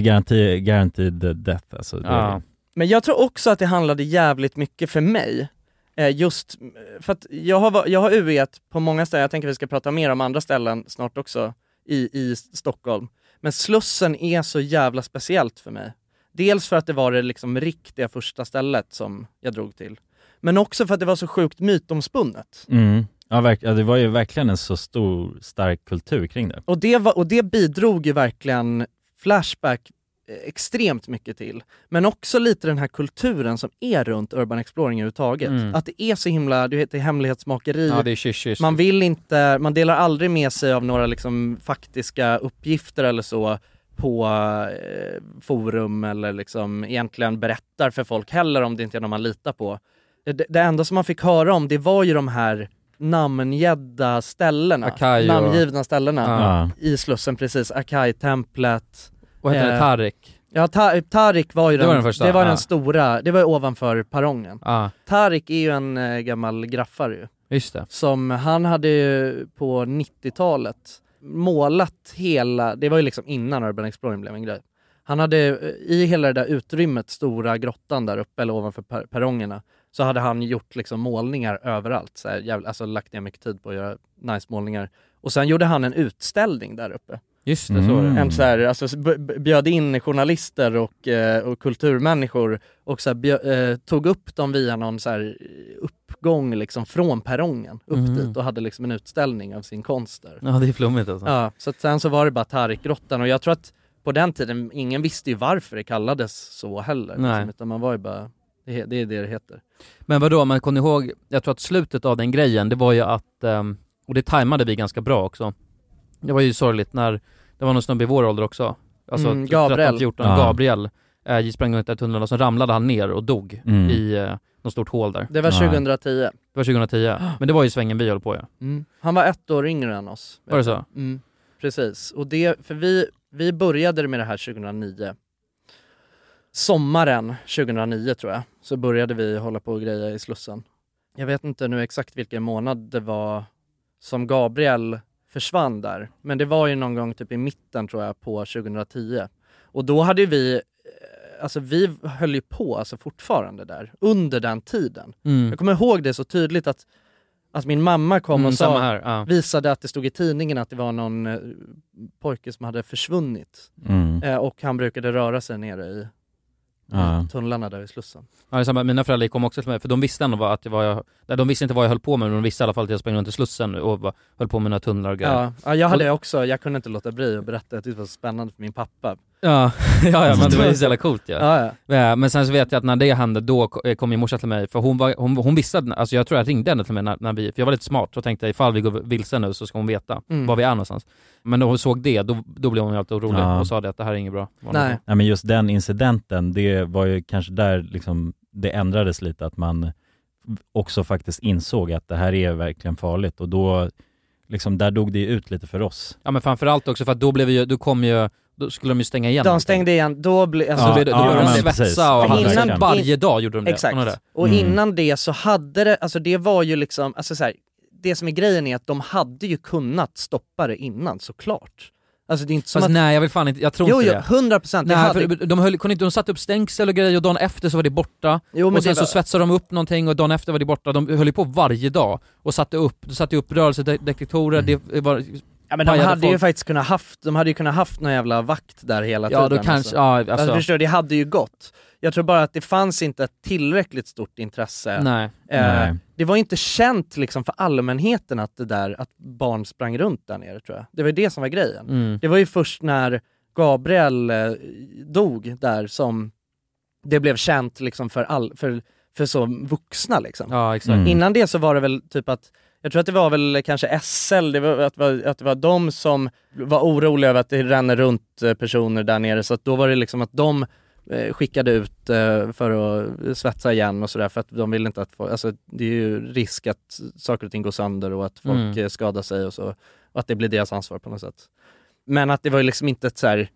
Speaker 1: garanti, guaranteed death alltså. Det är
Speaker 2: ja.
Speaker 3: Men jag tror också att det handlade jävligt mycket för mig. Eh, just eh, för att jag har, va- jag har UE't på många ställen, jag tänker vi ska prata mer om andra ställen snart också i, i Stockholm. Men Slussen är så jävla speciellt för mig. Dels för att det var det liksom riktiga första stället som jag drog till. Men också för att det var så sjukt mytomspunnet.
Speaker 1: det. Mm. Ja, verk, ja, det var ju verkligen en så stor, stark kultur kring det.
Speaker 3: Och det, var, och det bidrog ju verkligen Flashback eh, extremt mycket till. Men också lite den här kulturen som är runt Urban Exploring överhuvudtaget.
Speaker 2: Mm.
Speaker 3: Att det är så himla, du vet, det är hemlighetsmakeri.
Speaker 2: ja, det är kysch, kysch.
Speaker 3: man vill inte, man delar aldrig med sig av några liksom faktiska uppgifter eller så på eh, forum eller liksom egentligen berättar för folk heller om det inte är någon man litar på. Det, det enda som man fick höra om det var ju de här namngedda ställena,
Speaker 2: Akai och-
Speaker 3: namngivna ställena
Speaker 2: Ja.
Speaker 1: Ja.
Speaker 3: i Slussen precis, Akai-templet.
Speaker 2: Vad heter
Speaker 3: eh,
Speaker 2: det? Tarik?
Speaker 3: Ja, Ta- Tarik var ju
Speaker 2: Det
Speaker 3: den,
Speaker 2: var den första,
Speaker 3: det var
Speaker 2: ja.
Speaker 3: den stora, det var ju ovanför perrongen.
Speaker 2: Ja,
Speaker 3: Tarik är ju en eh, gammal graffare ju,
Speaker 2: just det.
Speaker 3: som han hade ju på 90-talet målat hela, det var ju liksom innan Urban Exploring blev en grej. Han hade eh, i hela det där utrymmet, stora grottan där uppe eller ovanför per- perrongerna, så hade han gjort liksom målningar överallt. Så här, jävla, alltså lagt ner mycket tid på att göra nice målningar. Och sen gjorde han en utställning där uppe.
Speaker 2: Just det, så var det.
Speaker 1: Mm.
Speaker 3: En så här, alltså, så b- b- bjöd in journalister och, eh, och kulturmänniskor och så här, bjö- eh, tog upp dem via någon så här uppgång liksom, från perrongen upp
Speaker 1: Mm.
Speaker 2: Mhm.
Speaker 3: dit och hade liksom en utställning av sin konst där.
Speaker 2: Ja, det är flummigt alltså.
Speaker 3: Ja, så att sen så var det bara Tarikgrottan och jag tror att på den tiden, ingen visste ju varför det kallades så heller.
Speaker 2: Nej.
Speaker 3: Liksom, utan man var ju bara Det, he- det är det det heter.
Speaker 2: Men vadå, men kom ni ihåg, jag tror att slutet av den grejen, det var ju att, ehm, och det tajmade vi ganska bra också. Det var ju sorgligt när, det var någon snubbe i vår ålder också, alltså
Speaker 3: Mm, Gabriel.
Speaker 2: 13, 14,
Speaker 1: Ja.
Speaker 2: Gabriel, eh, sprang runt i tunneln och så ramlade han ner och dog
Speaker 1: Mm.
Speaker 2: i eh, något stort hål där.
Speaker 3: Det var
Speaker 1: Nej.
Speaker 3: 2010.
Speaker 2: Det var 2010, men det var ju svängen vi höll på ja.
Speaker 3: Mm. Han var ett år yngre än oss.
Speaker 2: Var det så?
Speaker 3: Mm, precis. Och det, för vi, vi började med det här 2009. Sommaren 2009 tror jag, så började vi hålla på och greja i Slussen. Jag vet inte nu exakt vilken månad det var som Gabriel försvann där, men det var ju någon gång typ i mitten tror jag på 2010. Och då hade ju vi, eh, alltså vi höll ju på alltså fortfarande där under den tiden.
Speaker 2: Mm.
Speaker 3: Jag kommer ihåg det så tydligt att, att min mamma kom
Speaker 2: Mm,
Speaker 3: och sa
Speaker 2: samma här, ja.
Speaker 3: visade att det stod i tidningen att det var någon eh, pojke som hade försvunnit
Speaker 1: Mm.
Speaker 3: eh, och han brukade röra sig nere i
Speaker 1: Ja.
Speaker 3: i tunnlarna där vid Slussen.
Speaker 2: Ja, det är samma. Mina föräldrar kom också till mig, för de visste ändå vad- att det var jag, nej, de visste inte vad jag höll på med, men de visste i alla fall att jag sprang runt i Slussen och var, höll på med mina tunnlar och grejer.
Speaker 3: Ja, ja, jag hade också, jag kunde inte låta bli att berätta, jag tyckte det var så spännande för min pappa.
Speaker 2: Ja, ja, ja men det var ju så jävla coolt ja.
Speaker 3: Ja, ja.
Speaker 2: Ja, Eh, Men sen så vet jag att när det hände, då eh, kom min morsa till mig, för hon, var, hon, hon visste, att- alltså jag tror jag ringde henne till mig när, när vi, för jag var lite smart och tänkte ifall vi går vilse nu så ska hon veta
Speaker 3: Mm.
Speaker 2: var vi är någonstans. Men när hon såg det, då, då blev hon ju alltid orolig
Speaker 1: Ja.
Speaker 2: och sa det att det här är inget bra. Det var
Speaker 3: Nej.
Speaker 2: något.
Speaker 1: Nej men just den incidenten, det var ju kanske där liksom det ändrades lite, att man också faktiskt insåg att det här är verkligen farligt och då, liksom där dog det ju ut lite för oss.
Speaker 2: Ja men framförallt också för att då blev ju, då kom ju, då skulle de ju stänga igen.
Speaker 3: De stängde igen, då blev, alltså,
Speaker 2: Alltså
Speaker 1: Ja,
Speaker 2: det, det,
Speaker 1: ja,
Speaker 2: började
Speaker 1: men
Speaker 2: de
Speaker 1: precis.
Speaker 2: svetsa och
Speaker 3: För
Speaker 2: allt
Speaker 3: innan-
Speaker 2: sånt. varje dag gjorde de det.
Speaker 3: Exakt.
Speaker 2: Såna där.
Speaker 3: Och
Speaker 1: Mm.
Speaker 3: innan det så hade det, alltså det var ju liksom, alltså så här, det som är grejen är att de hade ju kunnat stoppa det innan såklart. Alltså det är inte som
Speaker 2: Fast
Speaker 3: att,
Speaker 2: nej jag vill fan inte, jag tror
Speaker 3: jo
Speaker 2: inte
Speaker 3: jo,
Speaker 2: det.
Speaker 3: 100 procent, det
Speaker 2: Nej,
Speaker 3: hade,
Speaker 2: för de, höll, kunde inte, de satte upp stängsel och grejer och dagen efter så var det borta.
Speaker 3: jo men
Speaker 2: och sen
Speaker 3: det
Speaker 2: så
Speaker 3: var,
Speaker 2: svetsade de upp någonting och dagen efter var det borta. De höll ju på varje dag och satte upp, de satte upp rörelsedetektorer,
Speaker 3: Mm.
Speaker 2: det var...
Speaker 3: ja, men de
Speaker 2: pajade
Speaker 3: hade ju
Speaker 2: folk.
Speaker 3: faktiskt kunnat haft, de hade ju kunnat haft någon jävla vakt där hela
Speaker 2: Ja,
Speaker 3: tiden.
Speaker 2: då kanske,
Speaker 3: alltså.
Speaker 2: ja
Speaker 3: Alltså,
Speaker 2: alltså...
Speaker 3: förstår du, det hade ju gått. Jag tror bara att det fanns inte ett tillräckligt stort intresse.
Speaker 2: Nej.
Speaker 3: Eh,
Speaker 1: Nej.
Speaker 3: det var inte känt liksom för allmänheten att det där, att barn sprang runt där nere tror jag. Det var ju det som var grejen.
Speaker 2: Mm.
Speaker 3: Det var ju först när Gabriel eh, dog där som det blev känt liksom för, all, för, för så vuxna liksom.
Speaker 2: Ja, exakt.
Speaker 1: Mm.
Speaker 3: Innan det så var det väl typ att jag tror att det var väl kanske SL, det var, att, det var, att det var de som var oroliga över att det rann runt eh, personer där nere så att då var det liksom att de eh, skickade ut eh, för att svetsa igen och sådär för att de ville inte att folk, alltså det är ju risk att saker och ting går sönder och att folk
Speaker 2: Mm.
Speaker 3: eh, skadar sig och så, och att det blir deras ansvar på något sätt. Men att det var ju liksom inte ett så här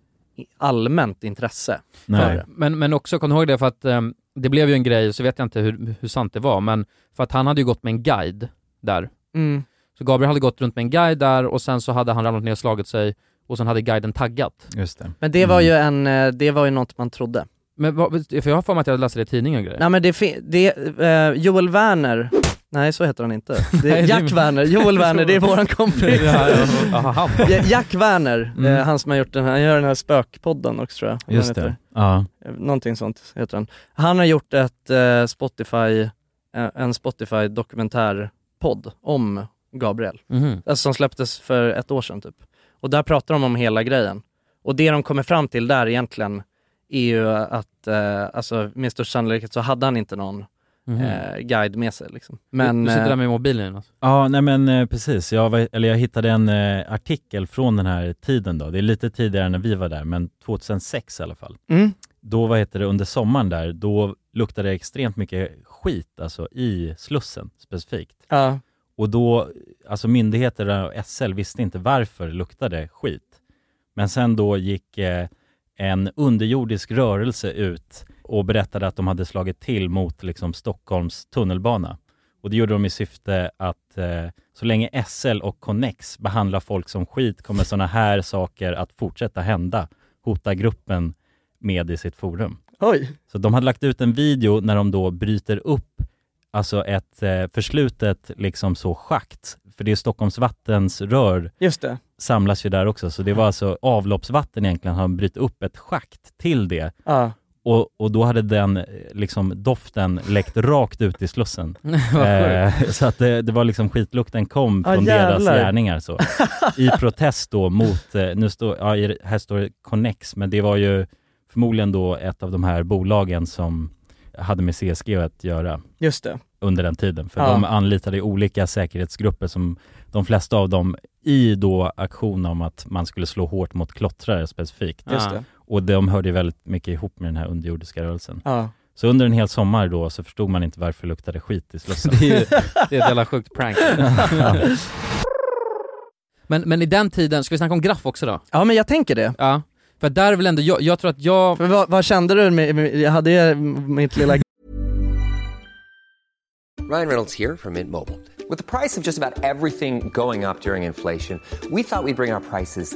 Speaker 3: allmänt intresse.
Speaker 1: Nej.
Speaker 2: Men, men också, kom ihåg det för att ehm, det blev ju en grej, så vet jag inte hur, hur sant det var, men för att han hade ju gått med en guide där.
Speaker 3: Mm.
Speaker 2: Så Gabriel hade gått runt med en guide där och sen så hade han ramlat ner och slagit sig och sen hade guiden taggat.
Speaker 1: Just det.
Speaker 3: Men det var
Speaker 1: Mm.
Speaker 3: ju en, eh, det var ju något man trodde.
Speaker 2: Men vad, för jag har för mig att jag läste det i tidningen och grejer.
Speaker 3: Nej men det, fin- det eh, Joel Werner, nej så heter han inte. Det
Speaker 2: Nej,
Speaker 3: är
Speaker 2: det är-
Speaker 3: Jack Werner, Joel Werner, det är våran kompis.
Speaker 2: Ja, ja, ja, han.
Speaker 3: Ja, Jack Werner,
Speaker 2: Mm.
Speaker 3: eh, han som har gjort den här, han gör den här spökpodden också tror jag. vad
Speaker 1: Just
Speaker 3: den
Speaker 1: det.
Speaker 3: heter.
Speaker 1: Ja.
Speaker 3: Eh, Någonting sånt heter han. Han har gjort ett eh, Spotify, eh, en Spotify dokumentärpodd om Gabriel.
Speaker 2: Mhm.
Speaker 3: Alltså som släpptes för ett år sedan typ. Och där pratar de om hela grejen. Och det de kommer fram till där egentligen är ju att, eh, alltså med största sannolikhet så hade han inte någon
Speaker 2: Mhm.
Speaker 3: eh, guide med sig. Liksom.
Speaker 2: du,
Speaker 3: Men
Speaker 2: du sitter där
Speaker 3: eh,
Speaker 2: med mobilen alltså. Jonas.
Speaker 1: Ja, nej men eh, precis. Jag, var, eller jag hittade en eh, artikel från den här tiden då. Det är lite tidigare när vi var där, men 2006 i alla fall.
Speaker 2: eh,
Speaker 3: mm,
Speaker 1: Då, vad heter det, under sommaren där, då luktade det extremt mycket skit alltså i Slussen specifikt.
Speaker 3: ja,
Speaker 1: Och då, alltså myndigheter och SL visste inte varför det luktade skit. Men sen då gick eh, en underjordisk rörelse ut och berättade att de hade slagit till mot liksom, Stockholms tunnelbana. Och det gjorde de i syfte att eh, så länge SL och Connex behandlar folk som skit kommer sådana här saker att fortsätta hända, hotar gruppen med i sitt forum.
Speaker 3: oj.
Speaker 1: Så de hade lagt ut en video när de då bryter upp alltså ett eh, förslutet liksom så schakt, för det är Stockholms vattens rör
Speaker 3: Just det.
Speaker 1: samlas ju där också, så det var alltså avloppsvatten egentligen, han bryt upp ett schakt till det
Speaker 3: Ja.
Speaker 1: och, och då hade den eh, liksom doften läckt rakt ut i Slussen.
Speaker 2: Vad
Speaker 1: Eh, så att det, det var liksom skitlukten kom
Speaker 3: Ah,
Speaker 1: från deras
Speaker 3: jävlar.
Speaker 1: gärningar så. I protest då mot, eh, nu står, ja, i- här står det Connex, men det var ju förmodligen då ett av de här bolagen som hade med CSG att göra
Speaker 3: Just det.
Speaker 1: under den tiden. För
Speaker 3: Ja.
Speaker 1: de anlitade ju olika säkerhetsgrupper som de flesta av dem i då aktion om att man skulle slå hårt mot klottrare specifikt.
Speaker 3: Just
Speaker 2: Ah.
Speaker 6: Ja.
Speaker 3: det.
Speaker 1: Och de hörde ju väldigt mycket ihop med den här underjordiska rörelsen.
Speaker 2: Ah.
Speaker 3: Ja.
Speaker 1: Så under en hel sommar då så förstod man inte varför det luktade skit i Slussen.
Speaker 2: Det är, ju, det är ett jävla sjukt prank. men, men i den tiden, ska vi snacka om Graff också då?
Speaker 3: ja, men jag tänker det.
Speaker 2: Ja. För att där är väl ändå, jag, jag tror att jag...
Speaker 3: För vad, vad kände du med, med, jag hade ju mitt lilla
Speaker 5: Ryan Reynolds here from Mint Mobile. With the price of just about everything going up during inflation, we thought we'd bring our prices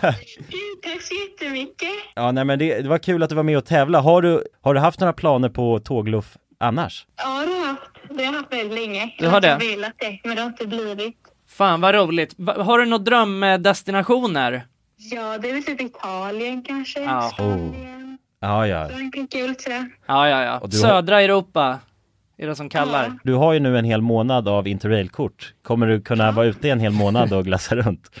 Speaker 7: tack så jättemycket.
Speaker 1: Ja, nej men det, det var kul att du var med och tävla. Har du, har du haft några planer på tågluff annars?
Speaker 7: Ja, det har jag haft. Det har jag haft väldigt länge.
Speaker 6: Du har det?
Speaker 7: Jag har velat det, men det har inte blivit.
Speaker 6: Fan vad roligt. Va- Har du några drömdestinationer?
Speaker 7: Ja, det är väl typ Italien kanske.
Speaker 6: Ja.
Speaker 7: Spanien.
Speaker 1: Ja, ja.
Speaker 7: Frankrike är väl sådär.
Speaker 6: Ja, ja, ja.
Speaker 1: Och du har-
Speaker 6: Södra Europa är det som kallar.
Speaker 1: Du har ju nu en hel månad av interrailkort. Kommer du kunna vara ute i en hel månad och glassa runt?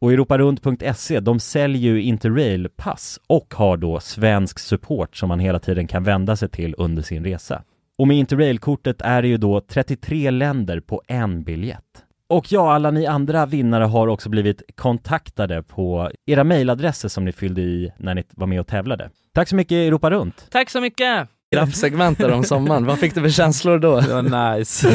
Speaker 1: Och europarunt.se, E, de säljer ju Interrail-pass och har då svensk support som man hela tiden kan vända sig till under sin resa. Och med Interrail-kortet är det ju då 33 länder på en biljett. Och ja, alla ni andra vinnare har också blivit kontaktade på era mejladresser som ni fyllde i när ni var med och tävlade. Tack så mycket Europa Runt!
Speaker 4: Tack så mycket!
Speaker 3: Graffsegment där om sommaren, vad fick du för känslor då?
Speaker 2: Det var nice.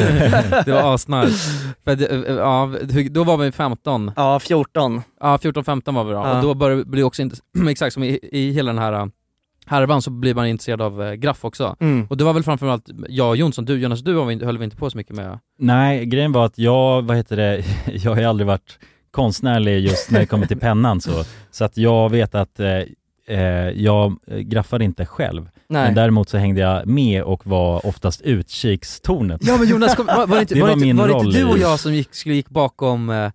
Speaker 2: det var asnice. För att, eh, ja, hur- då var vi 15,
Speaker 3: Ja, 14.
Speaker 2: ja 14-15 var vi då,
Speaker 3: Ja.
Speaker 2: och då började bli också inte, exakt som i, i hela den här eh, härvan så blir man intresserad av eh, graff också.
Speaker 3: Mm.
Speaker 2: Och det var väl framförallt jag och Jonsson, du Jonas, du var vi, inte- höll vi inte på så mycket med?
Speaker 1: Nej, grejen var att jag, vad heter det, jag har ju aldrig varit konstnärlig just när det kommer till pennan så. Så att jag vet att eh, eh, jag graffade inte själv. Men
Speaker 3: Nej.
Speaker 1: däremot så hängde jag med och var oftast utkikstornet.
Speaker 2: Ja men Jonas, kom, var, var det inte,
Speaker 1: Det
Speaker 2: var det
Speaker 1: var
Speaker 2: inte,
Speaker 1: min
Speaker 2: var det inte
Speaker 1: roll
Speaker 2: du och
Speaker 1: i-
Speaker 2: jag som gick, skulle gick bakom, eh,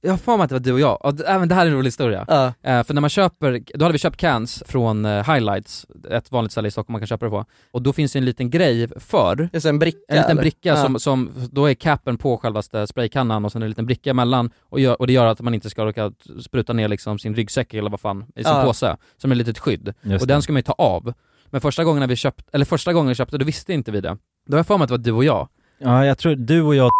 Speaker 2: jag har för mig att det var du och jag, Ja, d- även det här är en rolig historia.
Speaker 3: Ja.
Speaker 2: Eh, för när man köper, då hade vi köpt cans från eh, Highlights, ett vanligt ställe i Stockholm man kan köpa det på, och då finns det en liten grej för,
Speaker 3: Just en bricka
Speaker 2: en liten
Speaker 3: eller?
Speaker 2: bricka
Speaker 3: Ja.
Speaker 2: som, som, då är capen på självaste spraykannan och sen en liten bricka emellan och, gör, och det gör att man inte ska råka spruta ner liksom sin ryggsäck eller vad fan, i sin
Speaker 3: Ja.
Speaker 2: påse, som ett litet skydd.
Speaker 1: Just
Speaker 2: Och den ska man ju ta av. Men första gången när vi köpte, eller första gången vi köpte, då visste inte vi det. Då har jag för mig att det var du och jag.
Speaker 1: Ja, jag tror du och jag,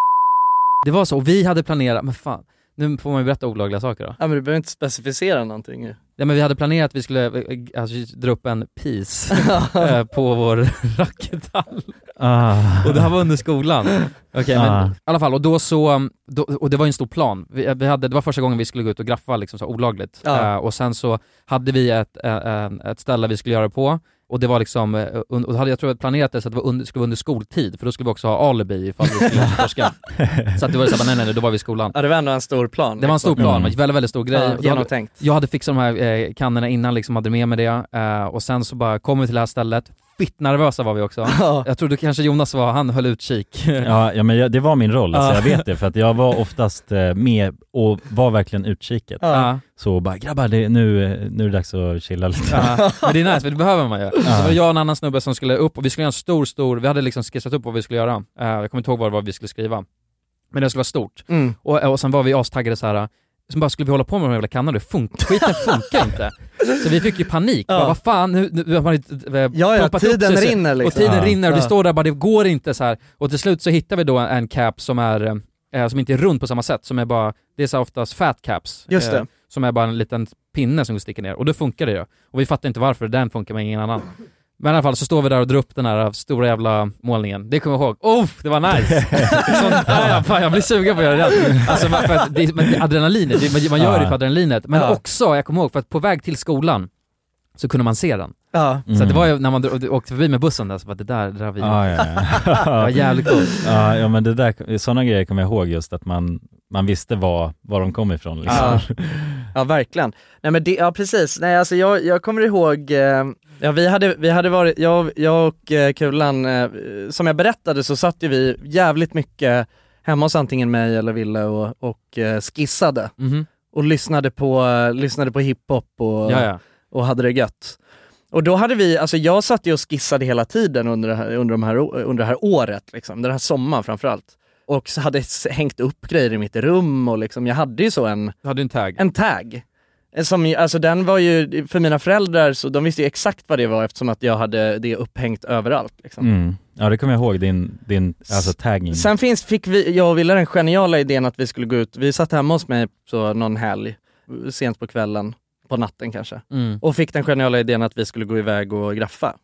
Speaker 2: Det var så, och vi hade planerat, men fan, nu får man ju berätta olagliga saker då.
Speaker 3: Ja men du behöver inte specificera någonting ju.
Speaker 2: Ja men vi hade planerat att vi skulle eh, alltså, dra upp en pis eh, på vår racketall.
Speaker 1: ah,
Speaker 2: Och det här var under skolan. Okej men
Speaker 1: Ah.
Speaker 2: i alla fall, och då så, um, då, och det var ju en stor plan. Vi, eh, vi hade, det var första gången vi skulle gå ut och graffa liksom så här olagligt.
Speaker 3: Ja.
Speaker 2: Eh, och sen så hade vi ett, eh, en- ett ställe vi skulle göra det på, och det var liksom, eh, un, och då hade jag tror jag planerat det så att det var under, skulle vara under skoltid, för då skulle vi också ha alibi ifall vi skulle torska. så att det var såhär, nej nej nej, då var vi i skolan.
Speaker 3: Ja det var ändå en stor plan. liksom.
Speaker 2: Det var en stor plan,
Speaker 1: Mm.
Speaker 2: en väldigt, väldigt stor grej.
Speaker 3: Ja,
Speaker 2: Och då-
Speaker 3: genomtänkt.
Speaker 2: jag hade fixat de här eh, kannorna innan, liksom hade med mig det, eh, och sen så bara kom vi till det här stället, fitt nervösa var vi också.
Speaker 3: Ja.
Speaker 2: Jag trodde kanske Jonas var, han höll utkik.
Speaker 1: ja, ja men jag, det var min roll, alltså,
Speaker 2: Ah.
Speaker 1: jag vet det, för att jag var oftast eh, med och var verkligen utkiket.
Speaker 2: Ja.
Speaker 1: Så bara, grabbar, det, nu, eh, nu är det dags att chilla lite.
Speaker 2: Ja. Men det är nice, för det behöver man ju. Så det var jag och en annan snubbe som skulle upp och vi skulle göra en stor, stor, vi hade liksom skissat upp vad vi skulle göra. Eh, jag kommer inte ihåg vad, vad vi skulle skriva. Men det skulle vara stort.
Speaker 3: Mm.
Speaker 2: Och, eh, och sen var vi astaggade så här. Så bara skulle vi hålla på med de här jävla kannorna, det fun- skiten funkar inte. Så vi fick ju panik,
Speaker 3: Ja.
Speaker 2: bara, vad fan, nu, nu, vi har man eh,
Speaker 3: Ja, ja, tiden
Speaker 2: så-
Speaker 3: rinner liksom.
Speaker 2: Och tiden
Speaker 1: Ja.
Speaker 2: rinner och vi
Speaker 3: Ja.
Speaker 2: står där bara, det går inte så här. Och till slut så hittar vi då en cap som är, eh, som inte är rund på samma sätt, som är bara, det är så här oftast fat caps.
Speaker 3: Just det.
Speaker 2: Eh, som är bara en liten pinne som sticker ner. Och då funkar det ju. Och vi fattar inte varför, den funkar med ingen annan. Men i alla fall så står vi där och drar upp den här eh, stora jävla målningen. Det kommer jag ihåg. Oh, det var nice! Sånt, ja, fan, jag blir sugen på att göra det igen. Alltså för att det, men det- adrenalinet, det, man- man gör det för adrenalinet. Men
Speaker 3: Ja.
Speaker 2: också, jag kommer ihåg, för att på väg till skolan så kunde man se den.
Speaker 3: Ja.
Speaker 2: Så att det
Speaker 3: Mm.
Speaker 2: var ju när man dro- åkte förbi med bussen där, så bara det där, det där vi
Speaker 1: Mm. Ah, Ja, ja,
Speaker 2: Det
Speaker 1: ja.
Speaker 2: var jävligt coolt.
Speaker 1: Ja, ja men det där, sådana grejer kommer jag ihåg just att man, man visste var, var de kom ifrån liksom.
Speaker 3: Ja. ja, verkligen. Nej men det, ja precis. Nej alltså jag, jag kommer ihåg, eh, ja vi hade, vi hade varit, jag, jag och eh, Kulan, eh, som jag berättade så satt ju vi jävligt mycket hemma hos antingen mig eller Ville och, och eh, skissade
Speaker 2: Mhm.
Speaker 3: och lyssnade på, eh, lyssnade på hiphop och,
Speaker 2: Ja, ja.
Speaker 3: och hade det gött. Och då hade vi, alltså jag satt ju och skissade hela tiden under det här, under de här, å- under det här året, liksom, den här sommaren framförallt. Och så hade jag s- hängt upp grejer i mitt rum och liksom, jag hade ju så en,
Speaker 2: Du hade ju en tag.
Speaker 3: en tag. Som, ju- alltså den var ju, för mina föräldrar, så de visste ju exakt vad det var eftersom att jag hade det upphängt överallt. Liksom.
Speaker 1: Mm. Ja det kommer jag ihåg, din, din alltså
Speaker 2: Mm.
Speaker 1: tagging.
Speaker 3: Sen finns, fick vi, jag och Wille den geniala idén att vi skulle gå ut, vi satt hemma hos mig så någon helg, sent på kvällen, på natten kanske.
Speaker 2: Mm.
Speaker 3: Och fick den geniala idén att vi skulle gå iväg och graffa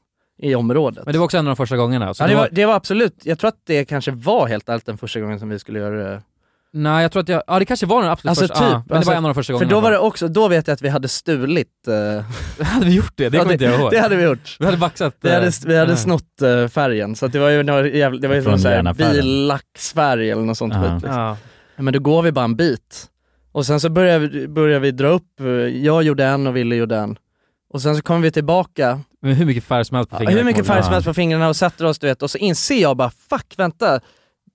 Speaker 3: i området.
Speaker 2: Men det var också en av de första gångerna. Så
Speaker 3: ja,
Speaker 2: det var,
Speaker 3: det var absolut, jag tror att det kanske var helt allt den första gången som vi skulle göra det.
Speaker 2: nej jag tror att jag, ja det kanske var den absolut
Speaker 3: Alltså
Speaker 2: första.
Speaker 3: typ,
Speaker 2: ja, men
Speaker 3: alltså,
Speaker 2: det var en av de första
Speaker 3: För
Speaker 2: gångerna.
Speaker 3: då var det också, då vet jag att vi hade stulit. eh,
Speaker 2: hade vi gjort det? Det
Speaker 3: ja,
Speaker 2: kommer inte jag ihåg.
Speaker 3: det hade vi gjort.
Speaker 2: Vi hade baxat...
Speaker 3: Vi hade, vi hade
Speaker 2: eh,
Speaker 3: snott eh, färgen, så att det var ju några jävla, det var ju
Speaker 1: Från
Speaker 3: någon så här
Speaker 1: järnaffären.
Speaker 3: billacksfärg eller något sånt
Speaker 1: Ja.
Speaker 3: skit. Liksom. Ja, Men då går vi bara en bit. Och sen så börjar vi, börjar vi dra upp, eh, jag gjorde en och Ville gjorde en. Och sen så kommer vi tillbaka,
Speaker 2: Men hur mycket färg som helst på fingrarna.
Speaker 3: hur mycket
Speaker 2: kommer
Speaker 3: färg
Speaker 2: jag
Speaker 3: som helst på fingrarna och sätter oss du vet, och så inser jag bara fuck vänta,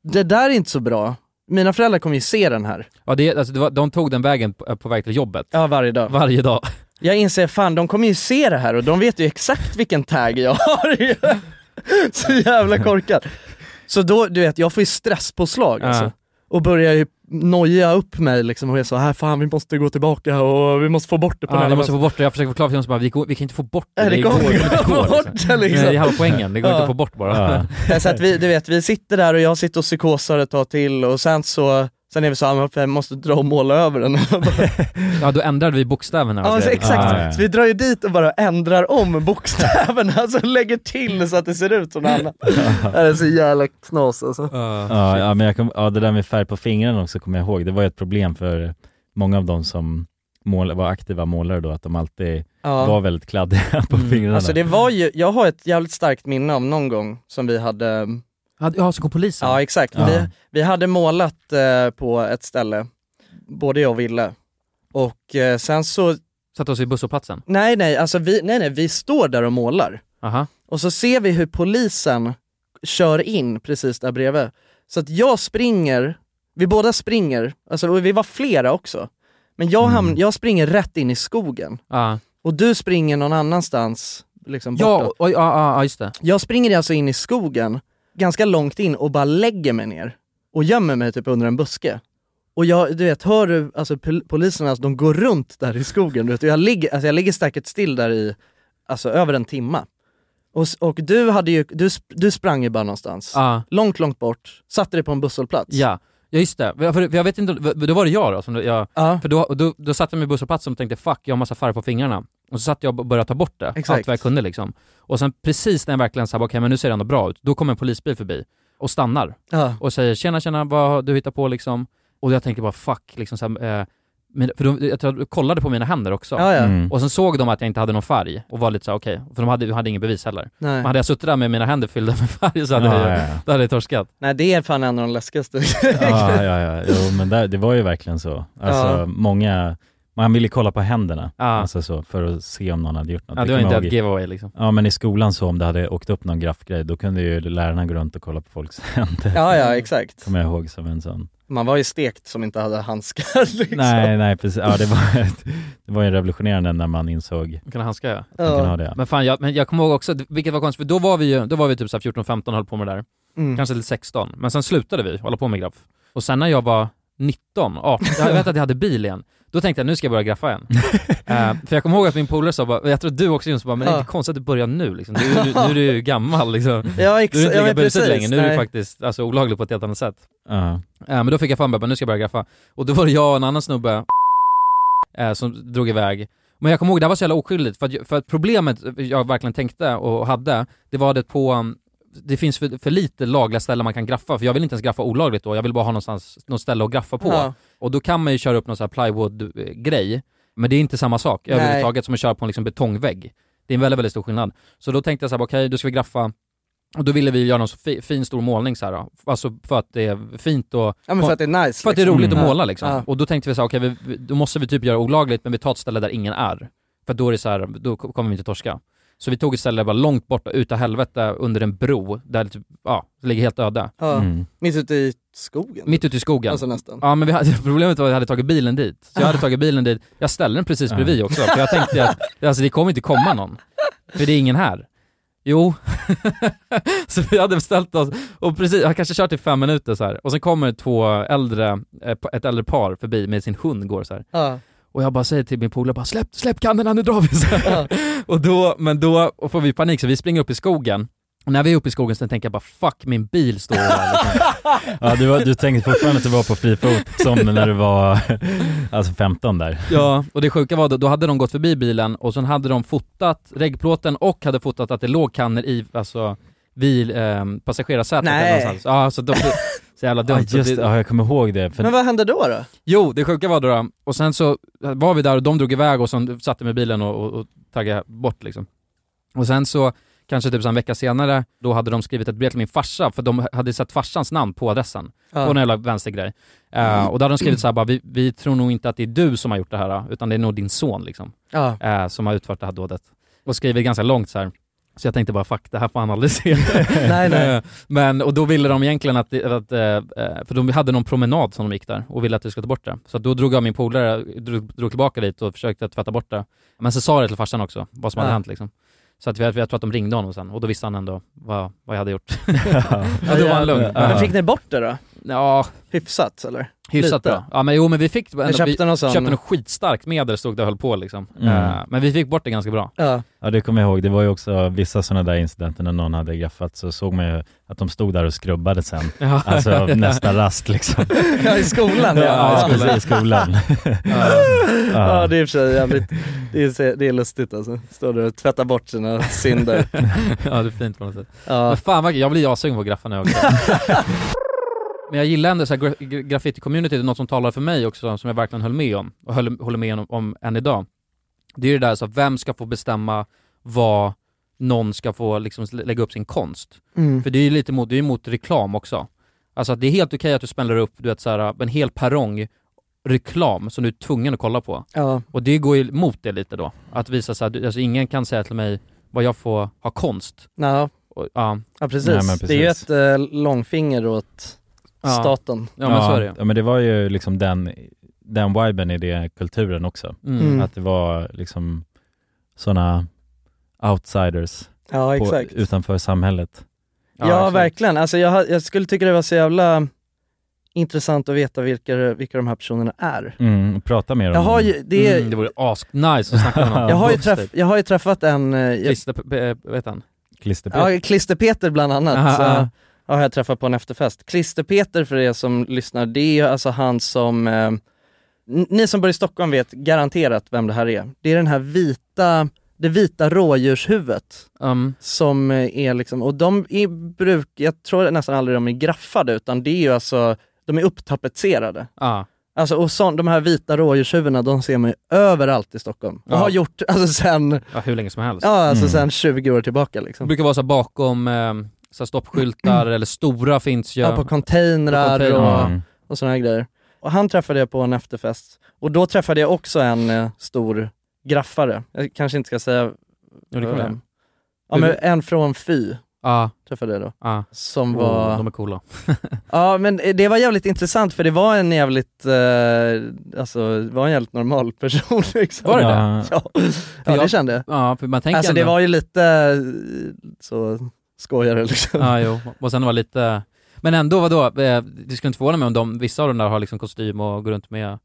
Speaker 3: det där är inte så bra. Mina föräldrar kommer ju se den här.
Speaker 2: ihåg. Ja, det, alltså, det var, de tog den vägen på, på väg till jobbet.
Speaker 3: Ja varje dag.
Speaker 2: Varje dag.
Speaker 3: Jag inser fan de kommer ju se det här och de vet ju exakt vilken tag jag har. så jävla korkad. Så då, du vet, jag får ju stresspåslag alltså.
Speaker 2: Ja.
Speaker 3: Och börjar ju noja upp mig liksom och är så här fan vi måste gå tillbaka och vi måste få bort det på
Speaker 2: Ja, de
Speaker 3: den här
Speaker 2: måste få bort det. Jag försöker förklara för dem så bara, vi, går, vi kan inte få bort det.
Speaker 3: Nej, det går inte att få
Speaker 2: liksom.
Speaker 3: bort det, liksom.
Speaker 2: Nej, Det är halva poängen, det går inte att få bort bara.
Speaker 1: Ja.
Speaker 3: Nej, Så att vi, du vet, vi sitter där och jag sitter och psykosar ett tag till och sen så, sen är vi så här, jag måste dra och måla över den.
Speaker 2: Ja, då ändrade vi bokstäverna.
Speaker 3: ja, så exakt.
Speaker 1: Ja, ja.
Speaker 3: Så vi drar ju dit och bara ändrar om bokstäverna, alltså lägger till så att det ser ut som något annat. Det är så jävla knas alltså.
Speaker 2: Ja.
Speaker 1: Ja, ja, men jag kom, ja, det där med färg på fingrarna också kommer jag ihåg. Det var ju ett problem för många av dem som mål, var aktiva målare då, att de alltid var
Speaker 3: Ja.
Speaker 1: väldigt kladdiga på fingrarna.
Speaker 3: Alltså det var ju, jag har ett jävligt starkt minne om någon gång som vi hade
Speaker 2: Ja, så kom polisen.
Speaker 3: Ja exakt,
Speaker 1: Ja.
Speaker 3: Vi, vi hade målat eh, på ett ställe, både jag och Ville. Och eh, sen så,
Speaker 2: Satte oss i busshållplatsen.
Speaker 3: nej nej, alltså vi, nej nej, vi står där och målar.
Speaker 2: Aha.
Speaker 3: Och så ser vi hur polisen kör in precis där bredvid. Så att jag springer, vi båda springer, alltså och vi var flera också. Men jag, hamn, jag springer rätt in i skogen
Speaker 2: Ja,
Speaker 3: och du springer någon annanstans, liksom
Speaker 2: ja,
Speaker 3: bortåt.
Speaker 2: oj, ja, ja, ja just det.
Speaker 3: Jag springer alltså in i skogen, ganska långt in och bara lägger mig ner och gömmer mig typ under en buske. Och jag, du vet, hör du, alltså pol- poliserna, alltså, de går runt där i skogen, du vet. Och jag ligger, alltså jag ligger säkert still där i, alltså över en timma. Och, s- och du hade ju, du, sp- du sprang ju bara någonstans.
Speaker 2: Ja.
Speaker 3: Långt, långt bort, satte dig på en busshållplats.
Speaker 2: Ja, ja just det. För, för jag vet inte, för då var det jag då som då- jag,
Speaker 3: Ja.
Speaker 2: för då, då, då satt jag mig i busshållplatsen och tänkte fuck, jag har massa färg på fingrarna. Och så satt jag och började ta bort det,
Speaker 3: Exakt.
Speaker 2: allt vad jag kunde liksom. Och sen precis när jag verkligen sa okej men nu ser det ändå bra ut, då kommer en polisbil förbi och stannar
Speaker 3: Ja.
Speaker 2: och säger tjena tjena, vad har du hittat på liksom? Och jag tänker bara fuck, liksom så här, eh, men, för de, jag, tror att de kollade på mina händer också.
Speaker 3: Ja, ja.
Speaker 1: Mm.
Speaker 2: Och sen såg de att jag inte hade någon färg och var lite så här, okej, för de hade, de hade ingen bevis heller.
Speaker 3: Nej.
Speaker 2: Men hade jag suttit där med mina händer fyllda med färg så hade,
Speaker 1: ja,
Speaker 2: jag,
Speaker 1: ja, ja.
Speaker 2: Då hade jag torskat.
Speaker 3: Nej, det är fan en av de läskigaste.
Speaker 1: ja, ja, ja. Jo, men där, det var ju verkligen så. Alltså
Speaker 3: Ja.
Speaker 1: många, man ville kolla på händerna,
Speaker 2: Ja.
Speaker 1: alltså så, för att se om någon hade gjort något.
Speaker 2: Ja, det var
Speaker 1: kommer
Speaker 2: inte
Speaker 1: jag
Speaker 2: ett
Speaker 1: ihåg.
Speaker 2: giveaway liksom.
Speaker 1: Ja men i skolan så om det hade åkt upp någon graffgrej, då kunde ju lärarna gå runt och kolla på folks händer.
Speaker 3: ja, ja, exakt.
Speaker 1: Kommer jag ihåg som en sån.
Speaker 3: Man var ju stekt som inte hade handskar liksom.
Speaker 1: Nej, nej precis. Ja, det var, ett, det var ju revolutionerande när man insåg
Speaker 2: Man kan handska ja.
Speaker 1: att man kan
Speaker 3: Ja. Mm.
Speaker 1: ha det.
Speaker 2: Men fan, jag, men jag kommer ihåg också, vilket var konstigt, för då var vi ju, då var vi typ så här 14-15 och höll på med det där.
Speaker 3: Mm.
Speaker 2: Kanske till 16. Men sen slutade vi hålla på med graff. Och sen när jag var 19, 18, jag vet att jag hade bil igen. Då tänkte jag nu ska jag börja graffa igen. Eh, för jag kommer ihåg att min polare sa bara, jag tror att du också Jonsson bara, men det är
Speaker 3: Ja.
Speaker 2: inte konstigt att du börjar nu liksom. Du, du, nu är du ju gammal liksom.
Speaker 3: Ja,
Speaker 2: Du är
Speaker 3: exakt.
Speaker 2: inte
Speaker 3: Ja,
Speaker 2: lika
Speaker 3: men
Speaker 2: busigt
Speaker 3: precis.
Speaker 2: längre, nu är du
Speaker 3: Nej.
Speaker 2: faktiskt alltså, olagligt på ett helt annat sätt.
Speaker 1: Ja.
Speaker 2: Eh, men då fick jag för mig bara, nu ska jag börja graffa. Och då var det jag och en annan snubbe eh, som drog iväg. Men jag kommer ihåg, det här var så jävla oskyldigt, för att, för att problemet jag verkligen tänkte och hade, det var det på, um, det finns för, för lite lagliga ställen man kan graffa, för jag vill inte ens graffa olagligt då, jag vill bara ha någonstans, något ställe att graffa på.
Speaker 3: Ja.
Speaker 2: Och då kan man ju köra upp någon sån här plywood-grej, men det är inte samma sak
Speaker 3: Nej.
Speaker 2: överhuvudtaget som att köra på en liksom betongvägg. Det är en väldigt, väldigt stor skillnad. Så då tänkte jag så här, bara, okej, då ska vi graffa, och då ville vi göra någon så fi, fin stor målning så här, då. alltså för att det är fint och
Speaker 3: Ja men för att det är nice
Speaker 2: för att det är
Speaker 3: liksom.
Speaker 2: roligt att
Speaker 3: Ja.
Speaker 2: måla liksom.
Speaker 3: Ja.
Speaker 2: Och då tänkte vi så här, okej, vi- vi- då måste vi typ göra olagligt, men vi tar ett ställe där ingen är. För då är det så här, då ko- kommer vi inte torska. Så vi tog ett ställe bara långt borta, utav helvete, under en bro, där det typ, ja, det ligger helt öde.
Speaker 3: Ja.
Speaker 1: Mm.
Speaker 3: Mitt ute i skogen?
Speaker 2: Mitt ute i skogen.
Speaker 3: Alltså nästan.
Speaker 2: Ja men vi hade, problemet var att jag hade tagit bilen dit. Så jag hade tagit bilen dit, jag ställde den precis
Speaker 1: Ja.
Speaker 2: bredvid också, för jag tänkte att alltså, det kommer inte komma någon. För det är ingen här. Jo. så vi hade beställt oss, och precis, jag har kanske kört i fem minuter så här. och sen kommer två äldre, eh, pa- ett äldre par förbi med sin hund går så här.
Speaker 3: Ja.
Speaker 2: Och jag bara säger till min polare bara släpp, släpp kannorna nu drar vi! Så här. och då, men då och får vi panik så vi springer upp i skogen Och när vi är uppe i skogen så tänker jag bara fuck min bil står här.
Speaker 1: Ja, du, var, du tänkte fortfarande att du var på fri fot som när du var alltså 15 där.
Speaker 2: Ja, och det sjuka var då, då hade de gått förbi bilen och sen hade de fotat regplåten och hade fotat att det låg kannor i, alltså vid eh, passagerarsätet
Speaker 3: Nej.
Speaker 2: eller någonstans. Ja, så, de, så jävla dumt.
Speaker 1: Ja, just,
Speaker 2: det,
Speaker 1: ja, jag kommer ihåg det. För,
Speaker 3: Men vad hände då då?
Speaker 2: Jo, det sjuka var då, då, och sen så var vi där och de drog iväg och sen satte med bilen och, och, och taggade bort liksom. Och sen så, kanske typ så en vecka senare, då hade de skrivit ett brev till min farsa, för de hade satt farsans namn på adressen. På någon jävla vänstergrej. Eh, och då hade de skrivit så här bara, vi, vi tror nog inte att det är du som har gjort det här, utan det är nog din son liksom,
Speaker 3: Ja.
Speaker 2: eh, som har utfört det här dådet. Och skriver ganska långt så här. Så jag tänkte bara fuck, det här får han aldrig se.
Speaker 3: Nej, nej.
Speaker 2: Eh, Men, och då ville de egentligen att, det- att eh, eh, för de hade någon promenad som de gick där och ville att vi skulle ta bort det. Så att då drog jag min polare, drog, drog tillbaka dit och försökte tvätta bort det. Men så sa jag det till farsan också, vad som hade
Speaker 3: Ja.
Speaker 2: hänt liksom. Så att vi, jag tror att de ringde honom sen och då visste han ändå vad, vad jag hade gjort.
Speaker 1: ja,
Speaker 2: då var han lugn.
Speaker 3: Men fick ni bort det då?
Speaker 2: Ja,
Speaker 3: Hyfsat eller?
Speaker 2: hyfsat
Speaker 3: Lite.
Speaker 2: bra. Ja men jo men vi fick
Speaker 3: Ni
Speaker 2: ändå, vi
Speaker 3: köpte någon sån?
Speaker 2: köpte något skitstarkt medel stod det och höll på liksom.
Speaker 1: Mm.
Speaker 2: Eh, Men vi fick bort det ganska bra.
Speaker 3: Ja.
Speaker 1: ja, det kommer jag ihåg. Det var ju också vissa sådana där incidenter när någon hade gaffat så såg man ju att de stod där och skrubbade sen. Alltså nästa rast liksom.
Speaker 3: ja, i skolan ja.
Speaker 1: Ja,
Speaker 3: ja.
Speaker 1: precis, i skolan.
Speaker 3: Ja.
Speaker 1: Ja.
Speaker 3: det är i och för sig jävligt, det är, det är lustigt alltså. Står där och tvättar bort sina synder.
Speaker 2: ja det är fint på något sätt.
Speaker 3: Ja.
Speaker 2: Men fan vad, jag blir assugen på att graffa nu också. Men jag gillar ändå så här gra- gra- graffiti-community, det är något som talar för mig också, som jag verkligen höll med om, och höll, håller med om, om än idag. Det är ju det där, så här, vem ska få bestämma vad någon ska få liksom lä- lägga upp sin konst?
Speaker 3: Mm.
Speaker 2: För det är ju lite mot, det är ju mot reklam också. Alltså att det är helt okej att du smäller upp, du vet så här, en hel perrong reklam som du är tvungen att kolla på.
Speaker 3: Ja.
Speaker 2: Och det går ju emot det lite då. Att visa så här, du- alltså ingen kan säga till mig vad jag får ha konst.
Speaker 3: Ja.
Speaker 2: Och, ja,
Speaker 3: Ja, precis.
Speaker 1: Nej, men
Speaker 3: Det är ju
Speaker 1: precis.
Speaker 3: ett eh, långfinger åt
Speaker 2: Ja.
Speaker 3: staten.
Speaker 2: ja men så är det ju.
Speaker 1: Ja, men det var ju liksom den, den viben i den kulturen också.
Speaker 2: Mm.
Speaker 3: Mm.
Speaker 1: Att det var liksom sådana outsiders
Speaker 3: Ja
Speaker 1: på,
Speaker 3: exakt.
Speaker 1: utanför samhället.
Speaker 3: Ja,
Speaker 2: exakt.
Speaker 3: verkligen. Alltså jag, har- jag skulle tycka det var så jävla intressant att veta vilka, det- vilka de här personerna är.
Speaker 1: Mm, och prata med dem.
Speaker 3: Jag har ju, det är,
Speaker 2: Mm, det vore asknice att snacka med någon.
Speaker 3: jag har ju,
Speaker 2: Buffs
Speaker 3: träff,
Speaker 2: typ.
Speaker 3: jag har ju träffat en, eh, jag,
Speaker 2: Christer, P- P- vet han?
Speaker 1: Klisterpet.
Speaker 3: ja, Klister-Peter bland annat,
Speaker 2: Aha,
Speaker 3: så,
Speaker 2: aha.
Speaker 3: ja, har jag träffat på en efterfest. Klister-Peter för er som lyssnar, det är ju alltså han som, eh, n- ni som bor i Stockholm vet garanterat vem det här är. Det är den här vita, det vita rådjurshuvudet.
Speaker 2: Um,
Speaker 3: som eh, är liksom, och de är bruk, jag tror nästan aldrig de är graffade utan det är ju alltså, de är upptapetserade.
Speaker 2: ja.
Speaker 3: Alltså och sån, de här vita rådjurshuvudena de ser man ju överallt i Stockholm. Och
Speaker 2: Ja.
Speaker 3: har gjort, alltså sen,
Speaker 2: ja, hur länge som helst.
Speaker 3: ja alltså
Speaker 1: Mm.
Speaker 3: sen 20 år tillbaka
Speaker 2: Det
Speaker 3: liksom.
Speaker 2: brukar vara så här bakom eh, så här stoppskyltar eller stora finns ju.
Speaker 3: Ja, på containrar
Speaker 2: På containrar.
Speaker 1: Mm.
Speaker 3: och, och sådana här grejer. Och han träffade jag på en efterfest. Och då träffade jag också en eh, stor graffare. Jag kanske inte ska säga
Speaker 2: Jo, det kan vi göra.
Speaker 3: vem. Ja men en från Fy
Speaker 2: Ja,
Speaker 3: träffade jag då.
Speaker 2: ja.
Speaker 3: Som var...
Speaker 2: Oh, de är coola.
Speaker 3: Ja men det var jävligt intressant för det var en jävligt, eh, alltså det var en jävligt normal person liksom.
Speaker 2: Var det det?
Speaker 1: Ja,
Speaker 3: Ja, ja det kände jag.
Speaker 2: Ja, för man tänker
Speaker 3: Alltså det
Speaker 2: ändå-
Speaker 3: var ju lite eh, så skojare liksom.
Speaker 2: Ja, jo. Och sen var det lite... Men ändå, vadå? Eh, Det skulle inte förvåna mig om de, vissa av de där har liksom kostym och går runt med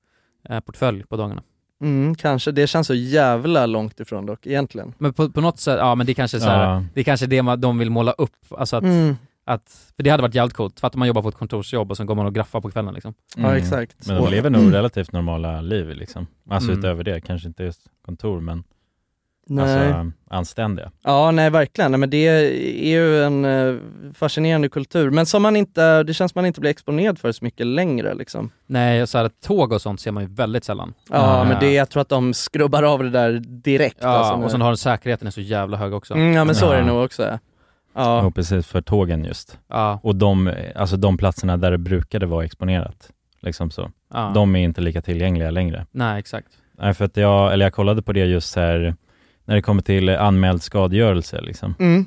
Speaker 2: eh, portfölj på dagarna.
Speaker 3: Mm, kanske, det känns så jävla långt ifrån dock egentligen.
Speaker 2: Men på, på något sätt, ja men det kanske är så här,
Speaker 1: ja.
Speaker 2: det kanske är det man, de vill måla upp. Alltså att,
Speaker 3: Mm,
Speaker 2: att, för det hade varit jävligt coolt. Fattar man jobbar på ett kontorsjobb och sen går man och graffar på kvällen liksom.
Speaker 3: ja exakt.
Speaker 1: Mm. Men de lever nog relativt normala liv liksom. Alltså
Speaker 2: Mm.
Speaker 1: utöver det, kanske inte just kontor men
Speaker 3: nej.
Speaker 1: alltså anständiga.
Speaker 3: Ja nej verkligen, nej, men det är ju en eh, fascinerande kultur. Men som man inte, det känns man inte blir exponerad för så mycket längre liksom.
Speaker 2: Nej, så här, tåg och sånt ser man ju väldigt sällan.
Speaker 3: Ja
Speaker 2: Mm.
Speaker 3: men det, jag tror att de skrubbar av det där direkt. alltså,
Speaker 2: och
Speaker 3: med-
Speaker 2: sen har den säkerheten är så jävla hög också.
Speaker 3: Mm, ja men så är det
Speaker 1: Ja.
Speaker 3: nog också. ja.
Speaker 1: Ja.
Speaker 3: Ja.
Speaker 1: precis, för tågen just.
Speaker 2: Ja,
Speaker 1: Och de, alltså de platserna där det brukade vara exponerat. Liksom så.
Speaker 2: ja.
Speaker 1: De är inte lika tillgängliga längre.
Speaker 2: Nej, exakt.
Speaker 1: Nej, för att jag, eller jag kollade på det just här när det kommer till anmäld skadegörelse liksom.
Speaker 3: Mm.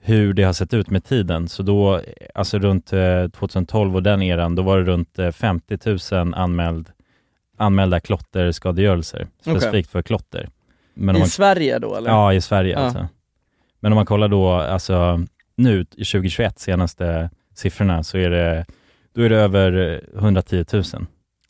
Speaker 1: hur det har sett ut med tiden. Så då, alltså runt eh, 2012 och den eran, då var det runt eh, 50 000 anmäld, anmälda klotterskadegörelser, specifikt för klotter. Men
Speaker 3: I
Speaker 1: om man,
Speaker 3: Sverige då eller?
Speaker 1: ja, i Sverige
Speaker 3: Ja.
Speaker 1: alltså. Men om man kollar då, alltså nu i 2021, senaste siffrorna, så är det, då är det över eh, 110 000.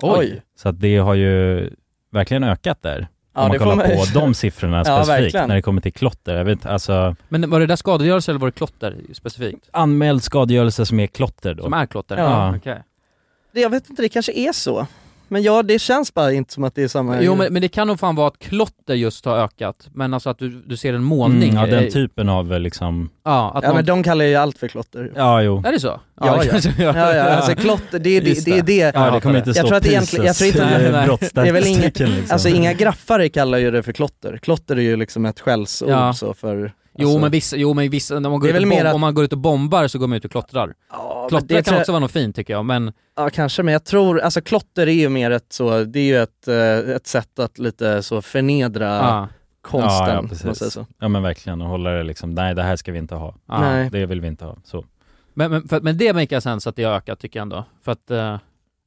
Speaker 3: Oj.
Speaker 1: Så att det har ju verkligen ökat där. om man
Speaker 3: det får
Speaker 1: kollar
Speaker 3: man-
Speaker 1: på de siffrorna
Speaker 3: Ja,
Speaker 1: specifikt
Speaker 3: verkligen.
Speaker 1: när det kommer till klotter. Jag vet inte, alltså
Speaker 2: Men var det där skadegörelse eller var det klotter specifikt?
Speaker 1: anmäld skadegörelse som är klotter då.
Speaker 2: Som är klotter?
Speaker 1: Ja.
Speaker 2: Okej.
Speaker 3: Det- Jag vet inte, det kanske är så. Men ja, det känns bara inte som att det är samma...
Speaker 2: Jo men, men det kan nog fan vara att klotter just har ökat, men alltså att du, du ser en målning.
Speaker 1: Mm, ja,
Speaker 2: eh,
Speaker 1: den typen av eh, liksom,
Speaker 2: Ja, att
Speaker 3: typ- ja,
Speaker 2: någon...
Speaker 3: men de kallar ju allt för klotter.
Speaker 1: ja jo.
Speaker 2: Är det så?
Speaker 3: Ja, ja.
Speaker 2: kanske jag-
Speaker 3: Ja, ja, alltså klotter, det är det.
Speaker 1: Just
Speaker 3: det, är det.
Speaker 1: Ja, det kommer
Speaker 2: det.
Speaker 1: inte
Speaker 3: Jag
Speaker 1: stå
Speaker 3: tror att det
Speaker 1: pieces
Speaker 3: egentligen- jag tror inte-
Speaker 2: Nej,
Speaker 1: i
Speaker 2: nej.
Speaker 1: brottsstatistiken liksom.
Speaker 3: Alltså inga graffare kallar ju det för klotter. Klotter är ju liksom ett skällsord
Speaker 2: Ja.
Speaker 3: så för... Alltså,
Speaker 2: Jo men vissa, jo men vissa, när man går,
Speaker 3: Det är
Speaker 2: ut och
Speaker 3: väl mer
Speaker 2: bom-
Speaker 3: att-
Speaker 2: om man går ut och bombar så går man ut och klottrar.
Speaker 3: ja, men
Speaker 2: Klottrar
Speaker 3: det
Speaker 2: kan
Speaker 3: tror jag-
Speaker 2: också vara något fint tycker jag, men
Speaker 3: Ja kanske, men jag tror, alltså klotter är ju mer ett så, det är ju ett, eh, ett sätt att lite så förnedra
Speaker 2: ja.
Speaker 3: konsten.
Speaker 1: Ja, ja,
Speaker 3: om man
Speaker 1: precis.
Speaker 3: säger så.
Speaker 1: Ja men verkligen, och hålla det liksom, nej det här ska vi inte ha.
Speaker 2: ja.
Speaker 3: Nej.
Speaker 1: Det vill vi inte ha. Så.
Speaker 2: Men, men, för, men det make sense att det har ökat tycker jag ändå. För att, eh,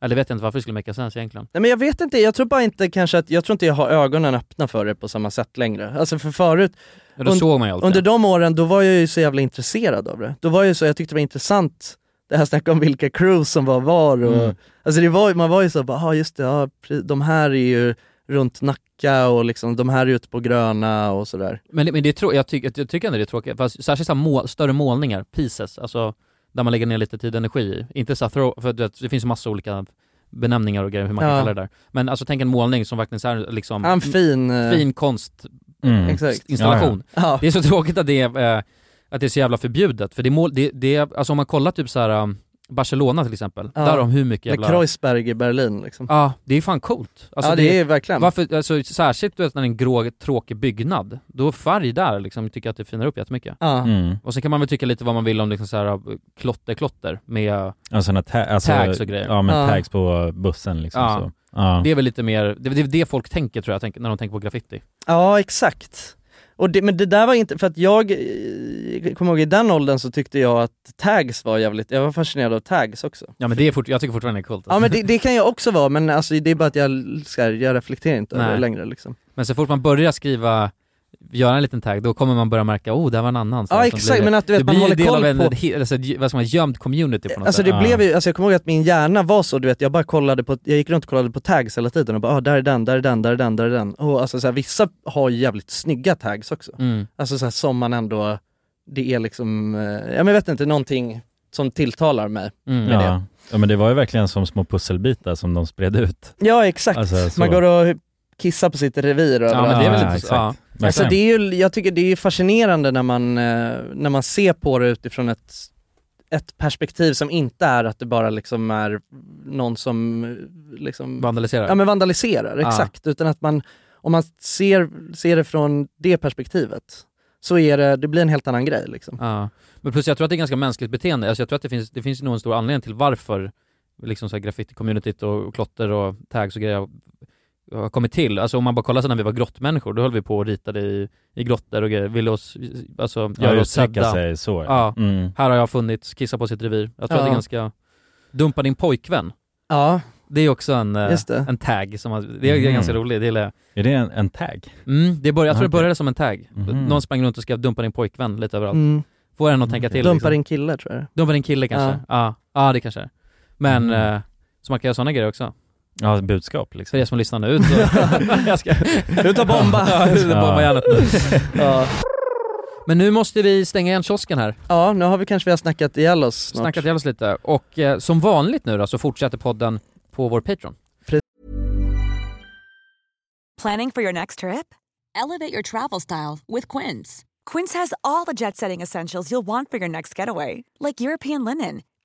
Speaker 2: eller vet jag inte varför det skulle make sense egentligen.
Speaker 3: Nej men jag vet inte, jag tror bara inte kanske att, jag tror inte jag har ögonen öppna för det på samma sätt längre. Alltså för förut,
Speaker 2: Ja, då
Speaker 3: Und-
Speaker 2: såg man ju allt
Speaker 3: under
Speaker 2: det.
Speaker 3: de åren då var jag ju så jävla intresserad av det. Då var jag ju så, jag tyckte det var intressant det här snacket om vilka crews som var var och,
Speaker 1: Mm.
Speaker 3: alltså det var, ju- man var ju så bara, ah, just det, ja, pre- de här är ju runt Nacka och liksom de här är ute på Gröna och sådär.
Speaker 2: Men, det- men det är trå- jag, tycker jag tycker ändå det är tråkigt, Fast, särskilt så här mål, större målningar, pieces, alltså där man lägger ner lite tid och energi i. Inte så här throw, för du vet, det finns ju massa olika benämningar och grejer hur man kan
Speaker 3: Ja.
Speaker 2: kalla det där. Men alltså tänk en målning som verkligen så här, liksom,
Speaker 3: Ja, En fin... eh,
Speaker 2: fin konst,
Speaker 1: Mm.
Speaker 3: Exakt.
Speaker 2: installation.
Speaker 3: Ja.
Speaker 2: Det är så tråkigt att det är, eh, att det är så jävla förbjudet, för det, är mål, det, det är, alltså om man kollar typ så här um, Barcelona till exempel,
Speaker 3: Ja.
Speaker 2: där har de hur mycket
Speaker 3: Med
Speaker 2: jävla...
Speaker 3: Kreuzberg i Berlin liksom.
Speaker 2: Ja, det är fan coolt. Alltså,
Speaker 3: ja det, är verkligen.
Speaker 2: Varför, alltså, särskilt du vet, när det är en grå, tråkig byggnad, då färg där liksom, tycker jag att det finar upp jättemycket.
Speaker 3: Ja.
Speaker 1: Mm.
Speaker 2: Och sen kan man väl tycka lite vad man vill om liksom så här, klotter, klotter med,
Speaker 1: Ja, såna ta- alltså,
Speaker 2: Tags och grejer.
Speaker 1: Ja men
Speaker 3: Ja.
Speaker 1: tags på bussen liksom
Speaker 2: Ja.
Speaker 1: så. Ja.
Speaker 2: det är väl lite mer, det det är det folk tänker tror jag, tänker- när de tänker på graffiti.
Speaker 3: ja exakt. Och det, men det där var inte, för att jag, eh, kommer ihåg i den åldern så tyckte jag att tags var jävligt, jag var fascinerad av tags också.
Speaker 2: Ja men det är fort, jag tycker fortfarande det är coolt. alltså.
Speaker 3: Ja men det, det kan jag också vara, men alltså, det är bara att jag, så här, jag reflekterar inte över
Speaker 2: Nej.
Speaker 3: det längre liksom.
Speaker 2: Men så fort man börjar skriva, göra en liten tag, då kommer man börja märka oh, där var en annan. Så
Speaker 3: Ja
Speaker 2: här, som
Speaker 3: exakt,
Speaker 2: blir-
Speaker 3: men att du
Speaker 2: det
Speaker 3: vet, man
Speaker 2: blir ju
Speaker 3: håller
Speaker 2: del av en,
Speaker 3: koll på
Speaker 2: he- alltså, ett- vad ska man, gömd community på något
Speaker 3: Alltså
Speaker 2: sätt.
Speaker 3: det
Speaker 1: Ja.
Speaker 3: blev ju, alltså jag kommer ihåg att min hjärna var så, du vet jag bara kollade på, jag gick runt och kollade på tags hela tiden och bara ah, där är den, där är den, där är den, där är den. Och alltså så här, vissa har ju jävligt snygga tags också.
Speaker 2: Mm.
Speaker 3: Alltså så här, som man ändå, det är liksom, eh, ja men jag vet inte, någonting som tilltalar mig.
Speaker 2: Mm.
Speaker 1: ja. ja men det var ju verkligen som små pusselbitar som de spred ut.
Speaker 3: Ja exakt,
Speaker 1: Alltså, så.
Speaker 3: man går och kissar på sitt revir och
Speaker 2: Ja, men det är väl lite så-
Speaker 1: exakt.
Speaker 2: ja.
Speaker 3: Alltså
Speaker 1: Verkligen.
Speaker 3: det är ju, jag tycker det är fascinerande när man, eh, när man ser på det utifrån ett, ett perspektiv som inte är att det bara liksom är någon som eh, liksom
Speaker 2: Vandalisera.
Speaker 3: Ja men vandaliserar,
Speaker 2: Ja.
Speaker 3: exakt. Utan att man, om man ser, ser det från det perspektivet så är det, det blir en helt annan grej liksom.
Speaker 2: Ja. Men plus jag tror att det är ganska mänskligt beteende, alltså jag tror att det finns, det finns nog en stor anledning till varför liksom så här graffiti-communityt och, och klotter och tags och grejer har kommit till. Alltså om man bara kollar så när vi var grottmänniskor, då höll vi på och ritade i, i grottor och grejer, ville oss, alltså
Speaker 1: Ja,
Speaker 2: göra oss
Speaker 1: uttrycka
Speaker 2: sedda.
Speaker 1: sig så.
Speaker 2: Ja.
Speaker 1: Mm.
Speaker 2: Här har jag funnits, kissa på sitt revir. Jag tror att det
Speaker 3: Ja.
Speaker 2: är ganska... Dumpa din pojkvän,
Speaker 3: Ja,
Speaker 2: det är också en, eh,
Speaker 3: Just det.
Speaker 2: en tag som, man- det är
Speaker 1: Mhm.
Speaker 2: ganska roligt, det gillar jag.
Speaker 1: Är det en, en tag?
Speaker 2: Mm, det började, jag tror det
Speaker 1: Okej.
Speaker 2: började som en tag.
Speaker 1: Mhm.
Speaker 2: Någon sprang runt och skrev 'dumpa din pojkvän' lite överallt.
Speaker 3: mm.
Speaker 2: Får en att tänka
Speaker 1: Okej.
Speaker 2: till. liksom.
Speaker 3: dumpa din kille tror jag
Speaker 2: Dumpar din kille kanske? Ja, ja det kanske är. Men,
Speaker 1: Mm.
Speaker 2: eh, så man kan göra sådana grejer också.
Speaker 1: Ja, budskap
Speaker 2: För
Speaker 1: liksom.
Speaker 2: er som lyssnar nu så... jag ska...
Speaker 3: Ut och bomba!
Speaker 2: Ja, ut och bomba hjärnet nu.
Speaker 3: ja.
Speaker 2: Men nu måste vi stänga igen kiosken här.
Speaker 3: ja, nu har vi kanske vi har snackat ihjäl oss snart.
Speaker 2: Snackat ihjäl oss lite. Och eh, som vanligt nu då så fortsätter podden på vår Patreon.
Speaker 8: Planning for your next trip?
Speaker 9: Elevate your travel style with Quince.
Speaker 8: Quince has all the jet setting essentials you'll want for your next getaway, like European linen,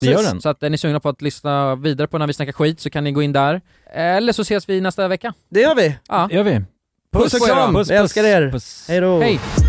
Speaker 1: Det gör den.
Speaker 2: Så att är ni sugna på att lyssna vidare på när vi snackar skit så kan ni gå in där. Eller så ses vi nästa vecka.
Speaker 3: Det gör vi!
Speaker 2: Ja.
Speaker 1: gör vi.
Speaker 3: Puss och
Speaker 2: på er då.
Speaker 3: kram! Vi älskar er!
Speaker 1: Puss.
Speaker 3: Hej då!
Speaker 2: Hej!